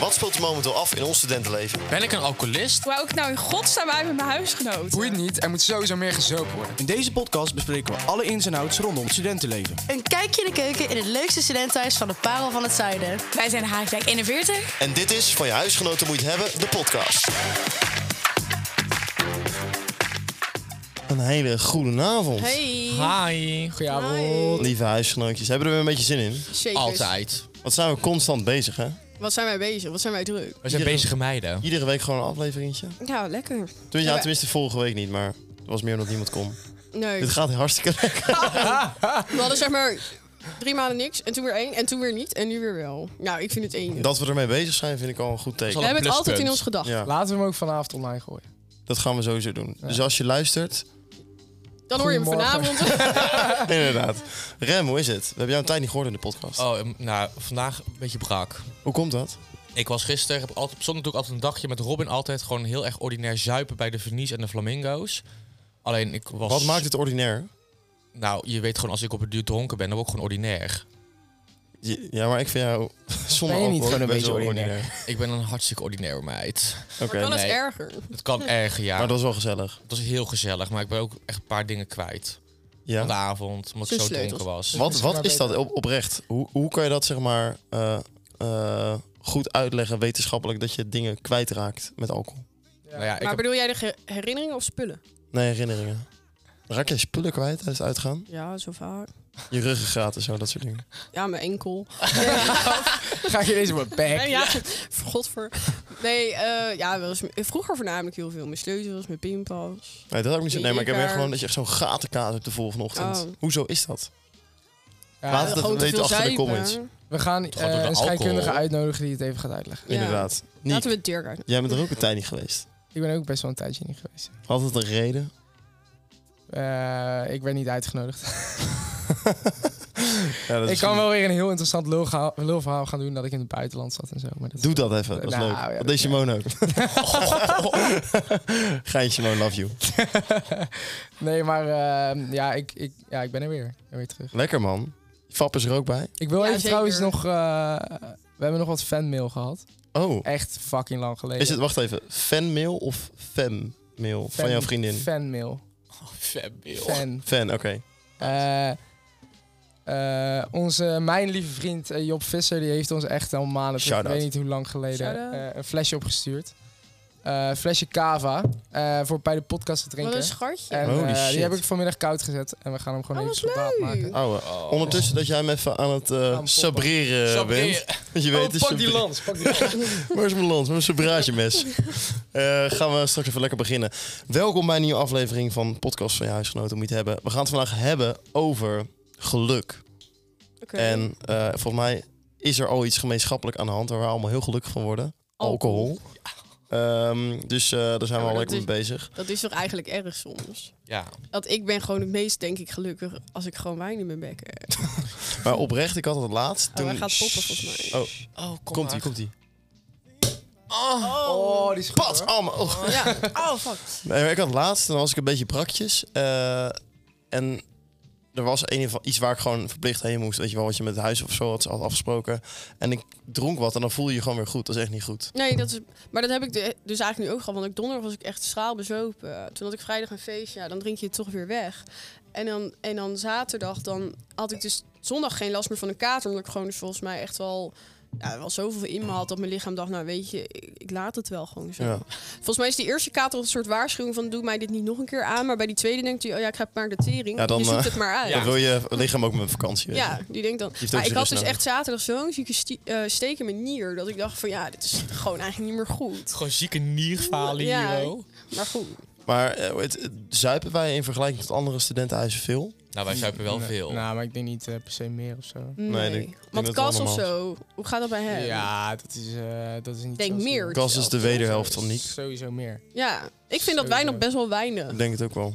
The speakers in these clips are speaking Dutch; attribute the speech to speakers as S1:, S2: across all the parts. S1: Wat speelt er momenteel af in ons studentenleven?
S2: Ben ik een alcoholist?
S3: Wou ik nou in godsnaam uit met mijn huisgenoot?
S4: Boeit niet, er moet sowieso meer gezopen worden.
S5: In deze podcast bespreken we alle ins en outs rondom het studentenleven.
S6: Een kijkje in de keuken in het leukste studentenhuis van de Parel van het Zuiden.
S7: Wij zijn Haagdijk 41.
S1: En dit is Van je huisgenoten moet hebben, de podcast. Een hele goede avond.
S6: Hey.
S2: Hi, goedenavond.
S1: Lieve huisgenootjes, hebben we er weer een beetje zin in?
S6: Shakers.
S2: Altijd.
S1: Wat zijn we constant bezig, hè?
S6: Wat zijn wij bezig? Wat zijn wij druk?
S2: We zijn
S1: Iedere-
S2: bezige meiden.
S1: Iedere week gewoon een afleveringetje.
S6: Ja, lekker.
S1: Toen, ja, tenminste vorige week niet, maar het was meer omdat niemand kon.
S6: Nee.
S1: Dit gaat hartstikke lekker.
S6: We hadden zeg maar drie maanden niks en toen weer één en toen weer niet en nu weer wel. Nou, ik vind het één.
S1: Dat we ermee bezig zijn, vind ik al een goed teken.
S6: We hebben het altijd in
S2: pluspunt.
S6: ons gedacht.
S1: Ja,
S4: Laten we hem ook vanavond online gooien.
S1: dat gaan we sowieso doen. Dus als je luistert,
S6: Dan hoor je hem
S4: Goedemorgen.
S6: vanavond.
S1: inderdaad. Rem, hoe is het? We hebben jou een tijd niet gehoord in de podcast.
S2: Oh, em, nou, vandaag een beetje brak.
S1: Hoe komt dat?
S2: Ik was gisteren, heb altijd, op zondag doe ik altijd een dagje met Robin altijd gewoon heel erg ordinair zuipen bij de Vernies en de Flamingo's. Alleen ik was...
S1: Wat maakt het ordinair?
S2: Nou, je weet gewoon als ik op het duur te honken ben, dan word ik gewoon ordinair.
S1: Je- Ja, maar ik vind jou zonder
S4: Ben je
S1: alcohol
S4: niet gewoon een
S1: best
S4: beetje
S1: wel
S4: ordinair?
S2: Ik ben een hartstikke ordinair meid.
S1: Oké,
S6: Dan is
S2: Nee.
S6: erger.
S2: Het kan erg,
S1: maar
S2: ja. dat...
S1: dat is wel gezellig.
S2: was heel gezellig, maar ik ben ook echt een paar dingen kwijt.
S1: Ja.
S2: Vanavond, omdat ik
S6: Zijn
S2: zo
S6: sleutels.
S2: dronken was.
S1: Wat, wat is dat op, oprecht? Hoe, hoe kan je dat zeg maar eh, eh, goed uitleggen wetenschappelijk dat je dingen kwijtraakt met alcohol?
S2: Nou ja, ik
S6: Maar
S2: heb-
S6: bedoel jij de ge- herinneringen of spullen?
S1: Nee, herinneringen. Raak je spullen kwijt tijdens het uitgaan?
S6: Ja, zo vaak.
S1: Je ruggengraat en zo, dat soort dingen.
S6: Ja, mijn enkel.
S4: Ga je deze maar back?
S6: Nee, ja, voor god voor. Nee, eh, ja, wel eens, vroeger voornamelijk heel veel. Mijn sleutels, mijn pinpas.
S1: Nee, dat heb ik niet zo. Nee, maar ik heb
S6: Eer-
S1: echt gewoon dat je echt zo'n gatenkaas hebt de volgende ochtend.
S6: Oh.
S1: Hoezo is dat?
S4: Ja,
S1: Laat het
S6: Gewoon
S1: even
S6: te
S1: weten
S6: Eh,
S1: achter
S6: veel
S1: de
S6: zuipen.
S1: comments.
S4: We gaan
S2: gaat
S4: eh,
S2: door de
S4: een scheikundige
S2: alcohol.
S4: uitnodigen die het even gaat uitleggen.
S6: Ja.
S1: Inderdaad. Niet.
S6: Laten we het Dirk uit.
S1: Jij bent er ook een tijd niet geweest.
S4: Ik ben ook best wel een tijdje niet geweest.
S1: Had het een reden?
S4: Eh, ik werd niet uitgenodigd.
S1: Ja, dat
S4: Ik
S1: is-
S4: kan wel weer een heel interessant lulgehaal- lulverhaal gaan doen dat ik in het buitenland zat en zo. Maar dat
S1: Doe dat even, dat is
S4: Nou,
S1: leuk.
S4: ja,
S1: dat
S4: dat-
S1: deed Simone ook. Geintje Simone, love you.
S4: nee, maar eh, ja, ik, ik, ja, ik ben er weer. Ik ben weer terug.
S1: Lekker man. Fap is er ook bij.
S4: Ik wil
S6: Ja,
S4: even
S6: zeker.
S4: trouwens nog... eh, we hebben nog wat fanmail gehad.
S1: Oh,
S4: Echt fucking lang geleden.
S1: is het, wacht even, fanmail of femmail
S4: Fan-
S1: van jouw vriendin? Fan,
S4: Fanmail.
S6: Oh,
S2: Fabio.
S4: Fan.
S1: oké.
S4: Eh, eh, onze, mijn lieve vriend eh, Job Visser, die heeft ons echt al maanden, terug, ik
S1: Shout-out.
S4: weet niet hoe lang geleden,
S6: Shout-out.
S4: eh, een flesje opgestuurd. Eh, een flesje cava eh, voor bij de podcast te
S6: Wat
S4: drinken.
S6: een schatje.
S4: En
S1: Holy
S4: eh,
S1: shit.
S4: die heb ik vanmiddag koud gezet en we gaan hem gewoon
S6: Oh,
S4: even
S6: wat
S4: soldaat maken.
S1: Ouwe,
S2: Oh.
S1: ondertussen eh, dat jij hem even aan het eh,
S4: poppen.
S1: sabreren bent. Dat je weet, het is sabreren.
S4: lans, Oh, pak die lans.
S1: Waar is mijn lans? Waar is mijn braadjemes? Eh, gaan we straks even lekker beginnen. Welkom bij een nieuwe aflevering van Podcast van je huisgenoten moet hebben. We gaan het vandaag hebben over geluk.
S6: Oké.
S1: En eh, volgens mij is er al iets gemeenschappelijk aan de hand waar we allemaal heel gelukkig van worden. Alcohol. Ehm, dus eh, daar zijn
S6: Ja,
S1: we
S6: maar
S1: al
S6: dat
S1: lekker
S6: is-
S1: mee bezig.
S6: Dat is toch eigenlijk erg soms?
S2: Ja,
S6: Want ik ben gewoon het meest, denk ik, gelukkig als ik gewoon wijn in mijn bek heb.
S1: Maar oprecht, ik had het laatst.
S6: Oh,
S1: Toen...
S6: hij gaat poppen volgens mij.
S1: Oh,
S2: Oh, kom
S1: komt ie,
S2: maar.
S1: komt ie.
S4: Oh, die is goed,
S1: Pat,
S4: hoor.
S1: allemaal. Oh.
S6: Ja. Oh, fuck.
S1: Nee, maar ik had laatst, dan was ik een beetje brakjes. eh, en er was in ieder geval iets waar ik gewoon verplicht heen moest. Weet je wel, wat je met het huis of zo had, had afgesproken. En ik dronk wat en dan voel je je gewoon weer goed. Dat is echt niet goed.
S6: Nee, dat is, maar dat heb ik de- dus eigenlijk nu ook gehad. Want ik donderdag was ik echt straalbezopen. Toen had ik vrijdag een feestje. Ja, dan drink je het toch weer weg. En dan, en dan zaterdag, dan had ik dus zondag geen last meer van een kater. Omdat ik gewoon dus volgens mij echt wel, ja, wel zoveel in me had. Dat mijn lichaam dacht, nou weet je, ik, ik laat het wel gewoon zo.
S1: Ja.
S6: Volgens mij is die eerste kater een soort waarschuwing van... doe mij dit niet nog een keer aan. Maar bij die tweede denkt hij, oh ja, ik ga maar de tering.
S1: Ja, dan,
S6: je
S1: eh,
S6: zoekt het maar uit.
S1: Dan wil je lichaam ook met vakantie. weet je.
S6: Ja, die denkt dan.
S1: heeft ook
S6: Maar ik
S1: zijn
S6: had
S1: rust
S6: dus
S1: nodig.
S6: echt zaterdag zo'n zieke sti- eh, steek in mijn nier. Dat ik dacht van ja, dit is gewoon eigenlijk niet meer goed.
S2: Gewoon zieke nierfalen
S6: Ja.
S2: hier, hoor.
S6: Maar goed.
S1: Maar eh, het, het- zuipen wij in vergelijking tot andere studentenhuizen veel?
S2: Nou, wij zuipen wel
S4: Nee,
S2: veel.
S4: Nou, maar ik denk niet eh, per se meer of zo.
S6: Nee.
S1: Nee, ik denk dat
S6: Want
S1: het
S6: Cas of
S1: allemaal-
S6: zo, hoe gaat dat bij hem?
S4: Ja, dat is, eh, dat is niet
S6: Denk
S4: zoals-
S6: meer.
S1: Kas is de wederhelft van Niek.
S4: Sowieso meer.
S6: Ja, ik vind dat wij nog best wel weinig.
S1: Ik denk het ook wel.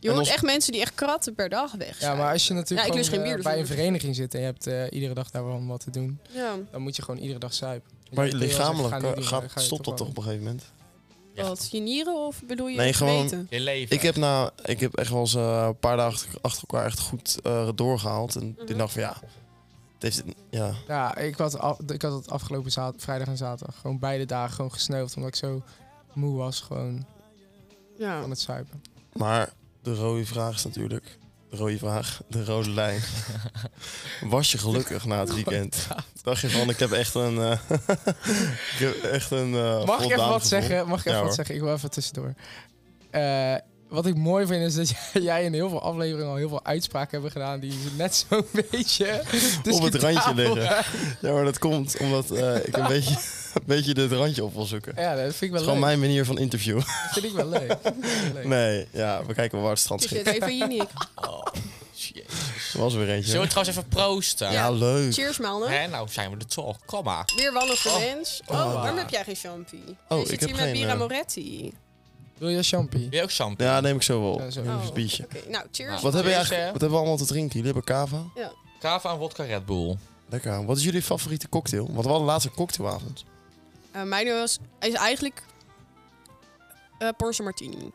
S6: Je hoort
S1: ons-
S6: echt mensen die echt kratten per dag weg.
S4: Ja,
S6: zijn.
S4: maar als je natuurlijk
S6: Ja, ik lust
S4: gewoon,
S6: geen bier,
S4: eh,
S6: dus
S4: bij een
S6: dat-
S4: vereniging zit en je hebt eh, iedere dag daarvan wat te doen,
S6: Ja,
S4: dan moet je gewoon iedere dag zuipen. Dus
S1: Maar
S4: dan kun je wel zeggen,
S1: lichamelijk
S4: ga nu
S1: eh,
S4: doen,
S1: gaat,
S4: dan ga je
S1: stopt dat toch op
S4: wel.
S1: een gegeven moment?
S2: Ja.
S6: Wat, je nieren of bedoel je
S1: Nee,
S6: je
S1: gewoon-
S6: geweten?
S2: Je leven.
S1: Ik heb, na, ik heb echt wel eens eh, een paar dagen achter elkaar echt goed eh, doorgehaald. En
S6: Mhm.
S1: ik dacht van ja, heeft, ja.
S4: Ja, ik had, af- ik had het afgelopen za- vrijdag en zaterdag gewoon beide dagen gewoon gesneuveld. Omdat ik zo moe was gewoon
S6: Ja.
S4: van het zuipen.
S1: Maar de rode vraag is natuurlijk... De rode vraag, de rode lijn. Was je gelukkig na het weekend? Dacht je van, ik heb echt een... eh, ik heb echt een eh,
S4: Mag ik even
S1: voldaan
S4: wat
S1: gevoel.
S4: zeggen? Mag ik
S1: Ja,
S4: even
S1: hoor.
S4: wat zeggen? Ik wil even tussendoor. Eh, wat ik mooi vind is dat jij in heel veel afleveringen al heel veel uitspraken hebben gedaan die net zo'n beetje Dus
S1: Op het randje
S4: discutabel
S1: liggen. Ja, maar dat komt omdat eh, ik een beetje, een beetje dit randje op wil zoeken. Het
S4: Ja, dat vind ik
S1: is
S4: wel
S1: gewoon
S4: leuk.
S1: mijn manier van interview.
S4: Dat vind ik wel leuk. Dat vind ik wel leuk.
S1: Nee, ja, we kijken wel waar het strand
S6: Je
S1: schiet.
S6: zit even hier niet.
S1: Er was weer eentje.
S2: Zullen we trouwens even proosten?
S1: Ja, leuk.
S6: Cheers, mannen.
S2: Hè, nou zijn we er toch. Kom maar.
S6: Weer wanneer voor mens. Oh,
S1: Oh.
S6: waarom heb jij geen champie?
S1: Oh,
S6: je
S1: ik
S6: zit
S1: heb
S6: hier met
S1: geen,
S6: Bira
S1: eh,
S6: Moretti.
S4: Wil je champie?
S2: Wil je ook champagne?
S1: Ja, neem ik zo wel.
S4: Ja, zo.
S1: Een
S6: Oh.
S1: biertje.
S6: Oké, nou,
S1: Wat
S6: cheers.
S1: hebben, we
S2: Eerst,
S1: eigenlijk,
S2: hè?
S1: wat hebben we allemaal te drinken? Jullie hebben kava?
S2: Kava en vodka Red Bull.
S1: Lekker. Wat is jullie favoriete cocktail? Want we hadden laatst een cocktailavond.
S6: Eh, mijn was, is eigenlijk eh Pornstar Martini.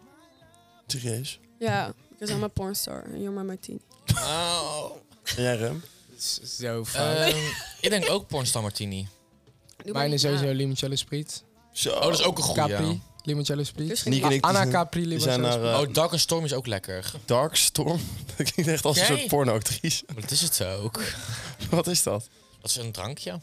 S1: Serieus.
S6: Ja, ik is allemaal Pornstar. en You're my Martini.
S2: Oh.
S1: En jij, Rem?
S4: Zo
S2: Ehm, ik denk ook Pornstar Martini.
S6: Doe maar
S4: Eh, Mijn is
S6: niet na.
S4: sowieso limoncello spriet.
S1: Zo.
S2: Oh, dat is ook een goede.
S4: Capri, limoncello spriet.
S6: Dus-
S1: Niek en ik
S4: Ah, Anna
S1: die-
S4: Capri,
S1: die
S4: limoncello
S1: zijn naar
S4: spriet.
S1: eh,
S2: Oh, Dark and Storm is ook lekker.
S1: Dark Storm. Dat klinkt echt als een
S2: Jij?
S1: soort pornoactrice.
S2: Maar dat is het ook.
S1: Wat is dat?
S2: Dat is een drankje.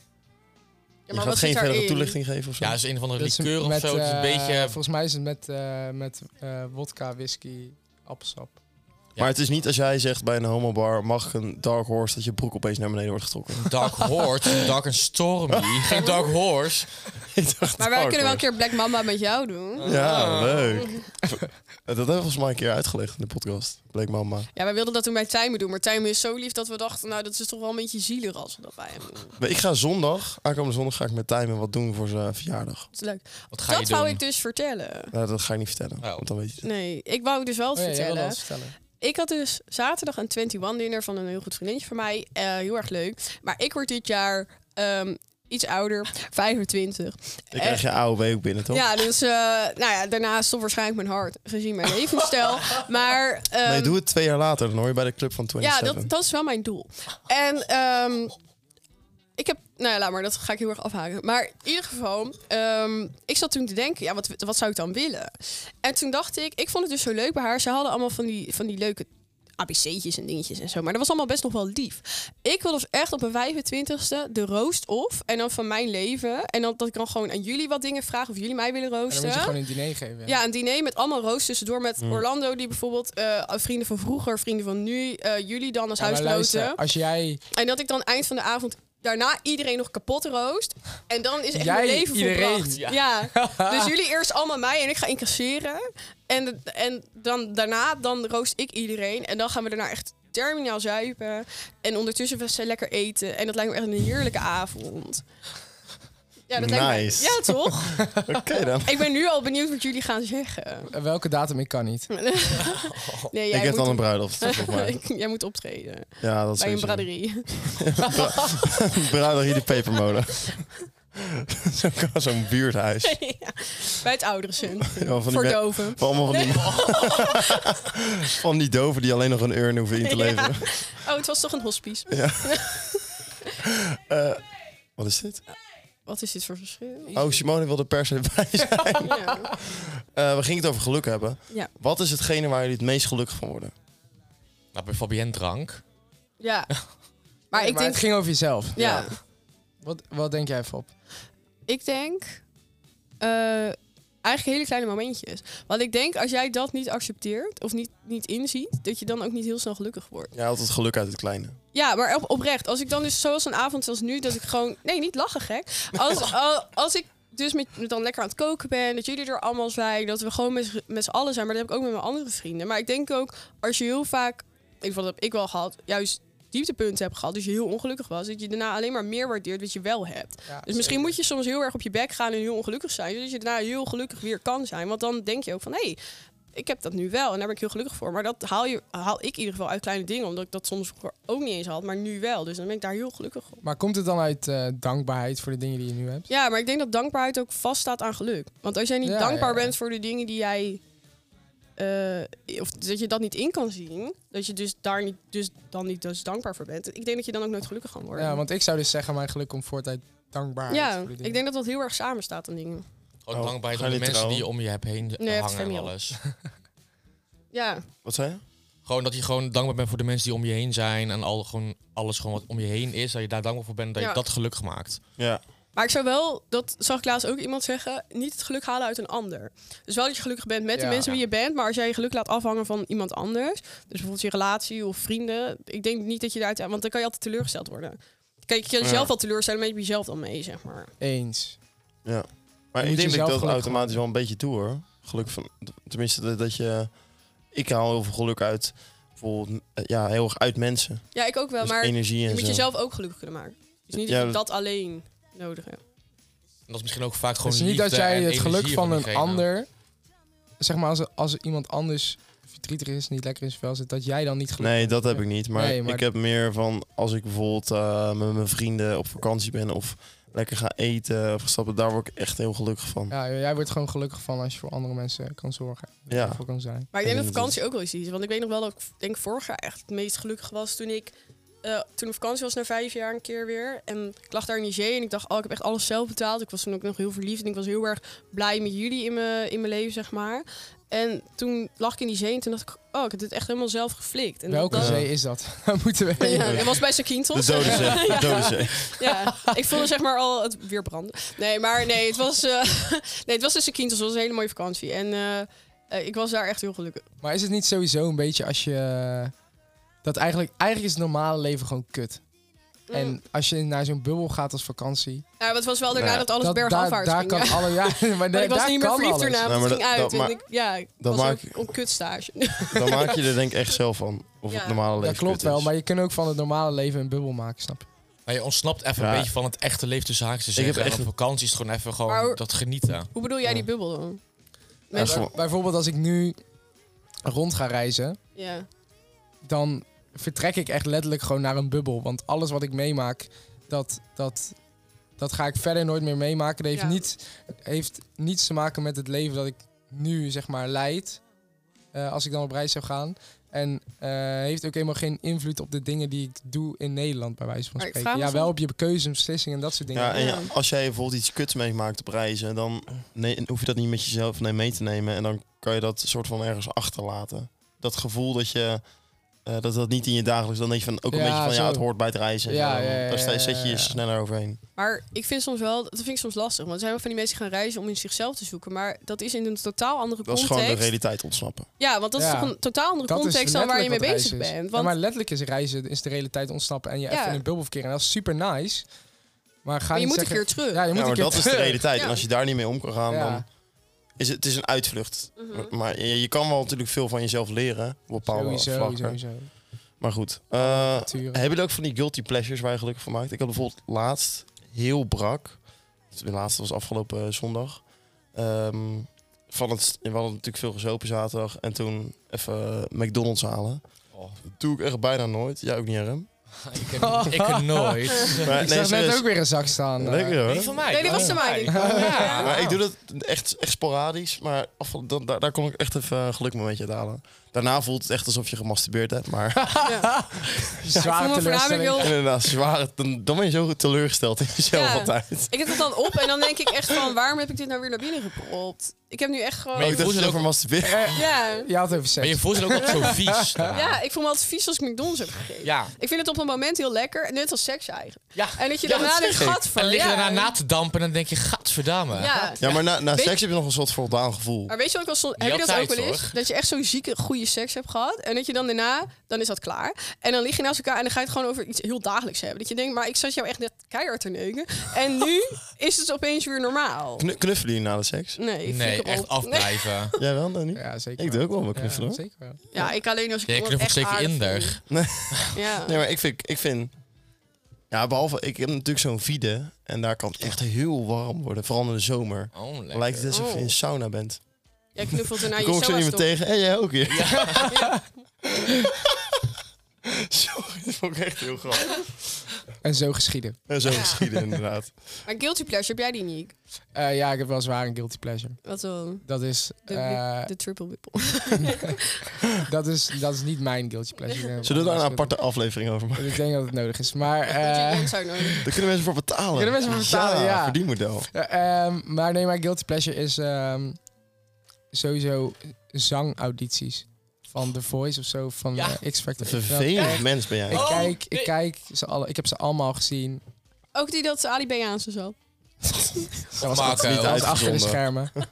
S1: je
S6: Ja, maar
S1: gaat
S6: wat zit
S1: geen verdere
S6: daarin?
S1: toelichting geven of zo?
S2: Ja, dat is een of andere
S4: Dat is
S2: liqueur of
S4: met,
S2: zo. Het
S1: dus
S2: is een
S4: eh,
S2: beetje...
S4: Volgens mij is het met, eh met eh wodka, whisky, appelsap. Oh
S2: ja.
S1: Maar het is niet als jij zegt bij een homobar... mag ik een dark horse dat je broek opeens naar beneden wordt getrokken.
S2: Dark Horse, Dark and Stormy. Geen Dark Horse.
S1: Ik dacht,
S6: Maar wij
S1: dark
S6: kunnen wel Oh. een
S1: horse.
S6: keer Black Mamba met jou doen.
S1: Ja, leuk. Dat hebben we volgens mij een keer uitgelegd in de podcast. Bleek mama.
S6: Ja, wij wilden dat toen bij Tijmen doen. Maar Tijmen is zo lief dat we dachten, nou, dat is toch wel een beetje zielig als we dat bij hem doen. Dat
S1: Maar ik ga zondag, aankomende zondag ga ik met Tijmen wat doen voor zijn verjaardag.
S6: is leuk.
S2: Wat ga
S6: dat
S2: je doen?
S6: wou ik dus vertellen.
S1: Nou, dat ga ik niet vertellen,
S2: Oh.
S1: want dan weet je het.
S6: Nee, ik wou dus wel
S4: Oh ja, jij wilde
S6: vertellen.
S4: alles vertellen.
S6: Ik had dus zaterdag een 21 dinner van een heel goed vriendinnetje van mij. Eh, heel erg leuk. Maar ik word dit jaar ehm, iets ouder, 25.
S1: Ik krijg je AOW ook binnen, toch?
S6: Ja, dus eh, nou ja, daarna stopt waarschijnlijk mijn hart, gezien mijn levensstijl. Maar ehm,
S1: nee, doe het twee jaar later, dan hoor je bij de club van
S6: ja,
S1: 27.
S6: dat, dat is wel mijn doel. En ehm, ik heb, nou ja, laat maar, dat ga ik heel erg afhaken. Maar in ieder geval, ehm, ik zat toen te denken, ja, wat, wat zou ik dan willen? En toen dacht ik, ik vond het dus zo leuk bij haar. Ze hadden allemaal van die, van die leuke ABC'tjes en dingetjes en zo. Maar dat was allemaal best nog wel lief. Ik wil dus echt op mijn 25ste de roost of. En dan van mijn leven. En dan dat ik dan gewoon aan jullie wat dingen vraag. Of jullie mij willen
S4: En
S6: roosten.
S4: dan moet je gewoon een diner geven.
S6: Ja, een diner met allemaal roos tussendoor. Met
S4: Mm.
S6: Orlando, die bijvoorbeeld eh, vrienden van vroeger, vrienden van nu. eh, jullie dan als
S4: Ja, maar luister,
S6: huisgenoten.
S4: als jij,
S6: En dat ik dan eind van de avond daarna iedereen nog kapot roost. En dan is echt
S4: Jij
S6: mijn leven
S4: iedereen,
S6: volbracht. Ja. Dus jullie eerst allemaal mij en ik ga incasseren. En, en dan, daarna dan roost ik iedereen. En dan gaan we daarna echt terminaal zuipen. En ondertussen was ze lekker eten. En dat lijkt me echt een heerlijke avond. Ja, dat lijkt
S1: Nice.
S6: me... Ja, toch?
S1: Oké dan.
S6: ik ben nu al benieuwd wat jullie gaan zeggen.
S4: eh, welke datum, ik kan niet.
S6: Nee, jij
S1: ik heb
S6: moet
S1: dan een bruiloft, volgens mij.
S6: op- jij moet optreden
S1: Ja, dat is
S6: bij een
S1: sowieso.
S6: braderie.
S1: Bruiloft hier de pepermolen. Zo'n zo'n buurthuis.
S6: Ja, bij het ouderencentrum.
S1: Ja, van die
S6: Voor
S1: me-
S6: doven.
S1: Van allemaal van die, van die doven die alleen nog een urn hoeven in te leveren.
S6: Oh, het was toch een hospice.
S1: Eh, Wat is dit?
S6: Wat is dit voor verschil?
S1: Oh, Simone wilde per se bij zijn.
S6: Ja.
S1: Eh, we gingen het over geluk hebben.
S6: Ja.
S1: Wat is hetgene waar jullie het meest gelukkig van worden?
S2: Nou, bij Fabienne drank.
S6: Ja. Maar ik denk...
S4: het ging over jezelf.
S6: Ja.
S4: Wat, wat denk jij, Fop?
S6: Ik denk... eh, eigenlijk hele kleine momentjes. Want ik denk, als jij dat niet accepteert of niet, niet inziet... dat je dan ook niet heel snel gelukkig wordt.
S1: Ja, altijd geluk uit het kleine.
S6: Ja, maar op, oprecht. Als ik dan dus zoals een avond zoals nu, dat ik gewoon... Nee, niet lachen, gek. Als, al- als ik dus met, dan lekker aan het koken ben, dat jullie er allemaal zijn, dat we gewoon met, z'n- met z'n allen zijn. Maar dat heb ik ook met mijn andere vrienden. Maar ik denk ook, als je heel vaak, in ieder geval dat heb ik wel gehad, juist dieptepunten hebt gehad, dus je heel ongelukkig was, dat je daarna alleen maar meer waardeert wat je wel hebt. Dus misschien moet je soms heel erg op je bek gaan en heel ongelukkig zijn, zodat je daarna heel gelukkig weer kan zijn. Want dan denk je ook van, hé, hey, ik heb dat nu wel en daar ben ik heel gelukkig voor. Maar dat haal, je, haal ik in ieder geval uit kleine dingen, omdat ik dat soms vroeger ook niet eens had, maar nu wel. Dus dan ben ik daar heel gelukkig op.
S4: Maar komt het dan uit eh, dankbaarheid voor de dingen die je nu hebt?
S6: Ja, maar ik denk dat dankbaarheid ook vaststaat aan geluk. Want als jij niet
S4: Ja,
S6: dankbaar
S4: ja, ja.
S6: bent voor de dingen die jij eh, of dat je dat niet in kan zien. Dat je dus daar niet, dus dan niet dus dankbaar voor bent. Ik denk dat je dan ook nooit gelukkig kan worden.
S4: Ja, want ik zou dus zeggen, mijn geluk komt voort uit dankbaarheid.
S6: Ja,
S4: voor de dingen.
S6: ik denk dat dat heel erg samenstaat aan dingen.
S2: Gewoon
S1: Oh,
S2: dankbaar
S1: ga
S2: voor de
S1: je
S2: mensen
S1: trouwen?
S2: die je om je hebt heen
S6: Nee, echt
S2: hangen en
S6: familie.
S2: alles.
S6: Ja,
S1: Wat zei je?
S2: Gewoon dat je gewoon dankbaar bent voor de mensen die om je heen zijn. En al, gewoon alles gewoon wat om je heen is. Dat je daar dankbaar voor bent. Dat
S6: Ja.
S2: je dat gelukkig maakt.
S1: Ja.
S6: maar ik zou wel, dat zag ik laatst ook iemand zeggen, niet het geluk halen uit een ander. Dus wel dat je gelukkig bent met de
S4: Ja.
S6: mensen wie je bent, maar als jij je geluk laat afhangen van iemand anders, dus bijvoorbeeld je relatie of vrienden, ik denk niet dat je daaruit, want dan kan je altijd teleurgesteld worden. Kijk, je kan
S1: Ja.
S6: zelf wel teleurstellen, maar je bent jezelf dan mee, zeg maar.
S4: Eens.
S1: ja. Maar
S4: Je
S1: ik
S4: moet
S1: denk dat ik
S4: jezelf
S1: dat
S4: gelukkig
S1: automatisch wel een beetje toe hoor. Geluk van, tenminste dat, dat je, ik haal heel veel geluk uit, bijvoorbeeld, eh, ja, heel erg uit mensen.
S6: Ja, ik ook wel,
S1: Dus
S6: maar je
S1: energie en
S6: moet
S1: zo.
S6: jezelf ook gelukkig kunnen maken. Dus niet
S1: Ja,
S6: dat je
S1: dat-
S6: dat alleen nodig hebt.
S2: En dat is misschien ook vaak gewoon
S4: Het is niet
S2: liefde
S4: dat jij
S2: en
S4: het geluk
S2: energie
S4: van, een
S2: diegene.
S4: ander, zeg maar als, als iemand anders verdrietig is, niet lekker in zijn vel zit, dat jij dan niet gelukkig
S1: Nee, dat heb ik niet. Maar,
S4: Nee, maar-
S1: ik heb meer van als ik bijvoorbeeld eh, met mijn vrienden op vakantie ben of lekker ga eten of stappen, daar word ik echt heel gelukkig van.
S4: Ja, jij wordt gewoon gelukkig van als je voor andere mensen kan zorgen.
S1: Ja.
S4: Voor kan zijn.
S6: Maar ik
S1: Ik
S6: denk dat
S1: denk dat
S6: vakantie ook wel iets is. Want ik weet nog wel dat ik denk vorig jaar echt het meest gelukkig was toen ik. eh, toen ik vakantie was na vijf jaar een keer weer. En ik lag daar in die zee en ik dacht, oh, ik heb echt alles zelf betaald. Ik was toen ook nog heel verliefd en ik was heel erg blij met jullie in mijn, in mijn leven, zeg maar. En toen lag ik in die zee en toen dacht ik, oh, ik heb dit echt helemaal zelf geflikt. En
S4: Welke
S6: dat,
S4: zee is dat? Daar moeten we heen.
S6: Ja, dat was bij Sakintos.
S1: De dode zee. De dode zee.
S6: Ja, ik voelde zeg maar al het weer branden. Nee, maar nee, het was, eh nee, het was dus Sakintos. Het was een hele mooie vakantie. En eh, eh, ik was daar echt heel gelukkig.
S4: Maar is het niet sowieso een beetje als je... eh, Dat eigenlijk, eigenlijk is het normale leven gewoon kut.
S6: Mm.
S4: En als je naar zo'n bubbel gaat als vakantie...
S6: Ja, maar het was wel daarna
S1: Nou ja,
S6: dat alles
S4: dat,
S6: bergafwaarts
S4: daar, daar
S6: ging.
S4: kan
S6: ja.
S4: alle... Ja, maar,
S6: Maar
S4: daar-
S6: ik was
S4: daar
S6: niet meer
S4: kan
S6: verliefd
S4: alles.
S6: daarna, want
S1: Nee, maar
S6: het ging
S1: dat- dat
S6: uit.
S1: maakt-
S6: en ik, ja, ik
S1: dat
S6: was
S1: maakt-
S6: ook op kutstage.
S1: Dan maak je er denk ik echt zelf van. Of
S6: Ja.
S1: het normale leven
S4: Dat klopt
S1: kut
S4: wel,
S1: is.
S4: maar je kunt ook van het normale leven een bubbel maken, snap je?
S2: Maar je ontsnapt even
S1: Ja.
S2: een beetje van het echte leven tussen haakjes. te
S1: heb
S2: zeggen. En
S1: echt-
S2: op vakantie is het gewoon even gewoon
S6: Maar-
S2: dat genieten.
S6: Hoe bedoel jij die bubbel dan?
S1: Ja,
S4: Bij-
S1: gewoon-
S4: Bijvoorbeeld als ik nu rond ga reizen,
S6: Ja.
S4: dan vertrek ik echt letterlijk gewoon naar een bubbel. Want alles wat ik meemaak, dat, dat, dat ga ik verder nooit meer meemaken. Dat heeft,
S6: Ja.
S4: niet, heeft niets te maken met het leven dat ik nu, zeg maar, leid. eh, als ik dan op reis zou gaan. En eh, heeft ook helemaal geen invloed op de dingen die ik doe in Nederland, bij wijze van
S6: Maar ik
S4: spreken.
S6: vraag me
S4: Ja, wel
S6: soms-
S4: op je keuze, beslissingen en dat soort dingen.
S1: ja, en ja,
S6: Ja.
S1: als jij bijvoorbeeld iets kuts meemaakt op reizen, dan nee, hoef je dat niet met jezelf nee, mee te nemen. En dan kan je dat soort van ergens achterlaten. Dat gevoel dat je eh, dat dat niet in je dagelijks, dan denk je van ook een
S4: Ja,
S1: beetje van ja,
S4: zo.
S1: het hoort bij het reizen. en
S4: Ja,
S1: zo.
S4: ja, ja,
S1: Daar sta je-
S4: ja,
S1: zet je je
S4: ja.
S1: sneller overheen.
S6: Maar ik vind soms wel, dat vind ik soms lastig. Want er zijn wel van die mensen die gaan reizen om in zichzelf te zoeken. Maar dat is in een totaal andere
S1: Dat is
S6: context.
S1: gewoon de realiteit ontsnappen.
S6: Ja, want dat is
S4: Ja.
S6: toch een totaal andere
S4: Dat is
S6: context dan waar je mee
S4: letterlijk wat
S6: bezig
S4: reizen is.
S6: bent.
S4: Ja,
S6: Want
S4: maar letterlijk is reizen is de realiteit ontsnappen en je
S6: Ja.
S4: even in een bubbel verkeren. En dat is super nice. Maar ga
S6: maar je
S4: niet
S6: moet een
S4: zeggen,
S6: keer terug.
S4: Ja, je moet
S1: Ja,
S4: een
S1: maar
S4: keer
S1: dat is de
S4: terug.
S1: realiteit. En
S6: Ja.
S1: als je daar niet mee om kan gaan,
S4: Ja.
S1: dan is het, het is een uitvlucht.
S6: Mhm.
S1: Maar je, je kan wel natuurlijk veel van jezelf leren. Op bepaalde
S4: Sowieso,
S1: vlakken.
S4: sowieso.
S1: Maar goed. eh,
S4: Natuur.
S1: Hebben jullie ook van die guilty pleasures waar je gelukkig van maakt? Ik had bijvoorbeeld laatst heel brak. De laatste was afgelopen eh, zondag. Ehm, van het, we hadden natuurlijk veel gezopen zaterdag. En toen even McDonald's halen.
S2: Oh.
S1: Dat doe ik echt bijna nooit. Jij ook niet, RM?
S2: Ik heb, ik heb nooit.
S1: Maar,
S4: ik zag net
S1: serieus.
S4: ook weer een zak staan. eh.
S1: Lekker hoor.
S2: Die van mij.
S6: Nee, die was
S2: Oh.
S6: van mij.
S2: Ja.
S6: Ja.
S1: Maar ik doe dat echt, echt sporadisch. Maar af, dan, daar, daar kon ik echt even een gelukmomentje uit halen. Daarna voelt het echt alsof je gemasturbeerd hebt. Maar
S6: Ik voel
S4: Zware
S6: me
S4: teleurstelling.
S6: voornamelijk heel-
S1: inderdaad, zwaar, dan, dan ben je zo teleurgesteld in jezelf
S6: Oh. Ja.
S1: altijd. Oh,
S6: Ik heb het dan op en dan denk ik echt van, waarom heb ik dit nou weer naar binnen gepropt? Ik heb nu echt gewoon...
S2: Maar
S1: Oh,
S2: je
S1: ik dacht
S2: voelt
S1: dat
S2: je
S1: je over
S2: ook-
S1: masturberen.
S6: Ja.
S4: Je had het over
S2: Maar je
S4: seks.
S2: voelt je ook zo vies.
S6: ja, ik voel me altijd vies als ik McDonald's heb gegeten.
S2: Ja.
S6: Ik vind het op een moment heel lekker, net als seks eigenlijk.
S2: Ja.
S6: En dat je
S2: Ja,
S6: daarna
S2: dat
S6: denkt,
S2: zeg ik.
S6: gatver.
S2: En lig je
S6: ja.
S2: daarna na te dampen en dan denk je, gadverdamme.
S6: Ja.
S1: Ja, maar na, na
S6: Weet-
S1: seks heb je nog een soort voldaan gevoel.
S6: Maar weet je wat ik wel soms-
S2: Niet
S6: Heb je dat ook
S2: altijd,
S6: wel eens?
S2: hoor.
S6: Dat je echt zo'n zieke, goede seks hebt gehad. En dat je dan daarna, dan is dat klaar. En dan lig je naast elkaar en dan ga je het gewoon over iets heel dagelijks hebben. Dat je denkt, maar ik zat jou echt net keihard te neuken. En nu is het opeens weer normaal.
S1: Knu- Knuffelen jullie na de seks?
S6: Nee, ik flikker
S2: Nee,
S6: op.
S2: echt
S6: Nee.
S2: afblijven.
S1: Jij wel, Danny? niet?
S4: Ja, zeker.
S1: Ik doe ook wel wel knuffelen.
S4: Ja,
S1: hoor.
S4: zeker wel.
S6: Ja, ik alleen als ik
S2: Ja, je
S6: iemand
S2: knuffelt
S6: echt
S2: zeker
S6: aardig
S2: in
S6: vind.
S2: der.
S6: Ja.
S1: Nee, maar ik vind, ik vind... Ja, behalve... Ik heb natuurlijk zo'n vide. En daar kan het echt heel warm worden. Vooral in de zomer.
S2: Oh, lekker.
S1: Lijkt het alsof je in een
S6: Oh.
S1: sauna bent.
S6: Jij knuffelt erna
S1: Dan
S6: je
S1: kom ik zo
S6: soa's
S1: iemand
S6: op.
S1: tegen. En jij ook weer. Sorry, dat vond ik echt heel grappig.
S4: En zo geschieden.
S1: En zo
S6: Ja.
S1: geschieden inderdaad.
S6: Maar guilty pleasure, heb jij die niet?
S4: Eh, ja, ik heb wel zwaar een guilty pleasure.
S6: Wat dan?
S4: Dat is,
S6: De,
S4: eh,
S6: de triple whipple.
S4: dat, is, dat is niet mijn guilty pleasure.
S1: Zullen we daar een aparte aflevering over maken?
S4: Ik denk dat het nodig is. Maar,
S6: Dat
S4: eh,
S6: je zou nodig.
S1: Daar kunnen mensen voor betalen.
S4: Kunnen mensen voor betalen, ja.
S1: Verdienmodel.
S4: eh, ehm, maar nee, mijn guilty pleasure is ehm, sowieso zangaudities. Van The Voice of zo, van
S2: Ja.
S4: eh, X-Factor.
S1: Een
S4: Ik vind dat-
S1: vervelend mens ben jij.
S4: Ik
S2: Oh,
S4: kijk, ik
S2: nee.
S4: kijk ze alle, ik heb ze allemaal gezien.
S6: Ook die dat Ali B. aan ze zat.
S4: Dat was,
S2: Marco.
S4: achter, dat was achter de
S1: Uitgezonden.
S4: schermen. Daar-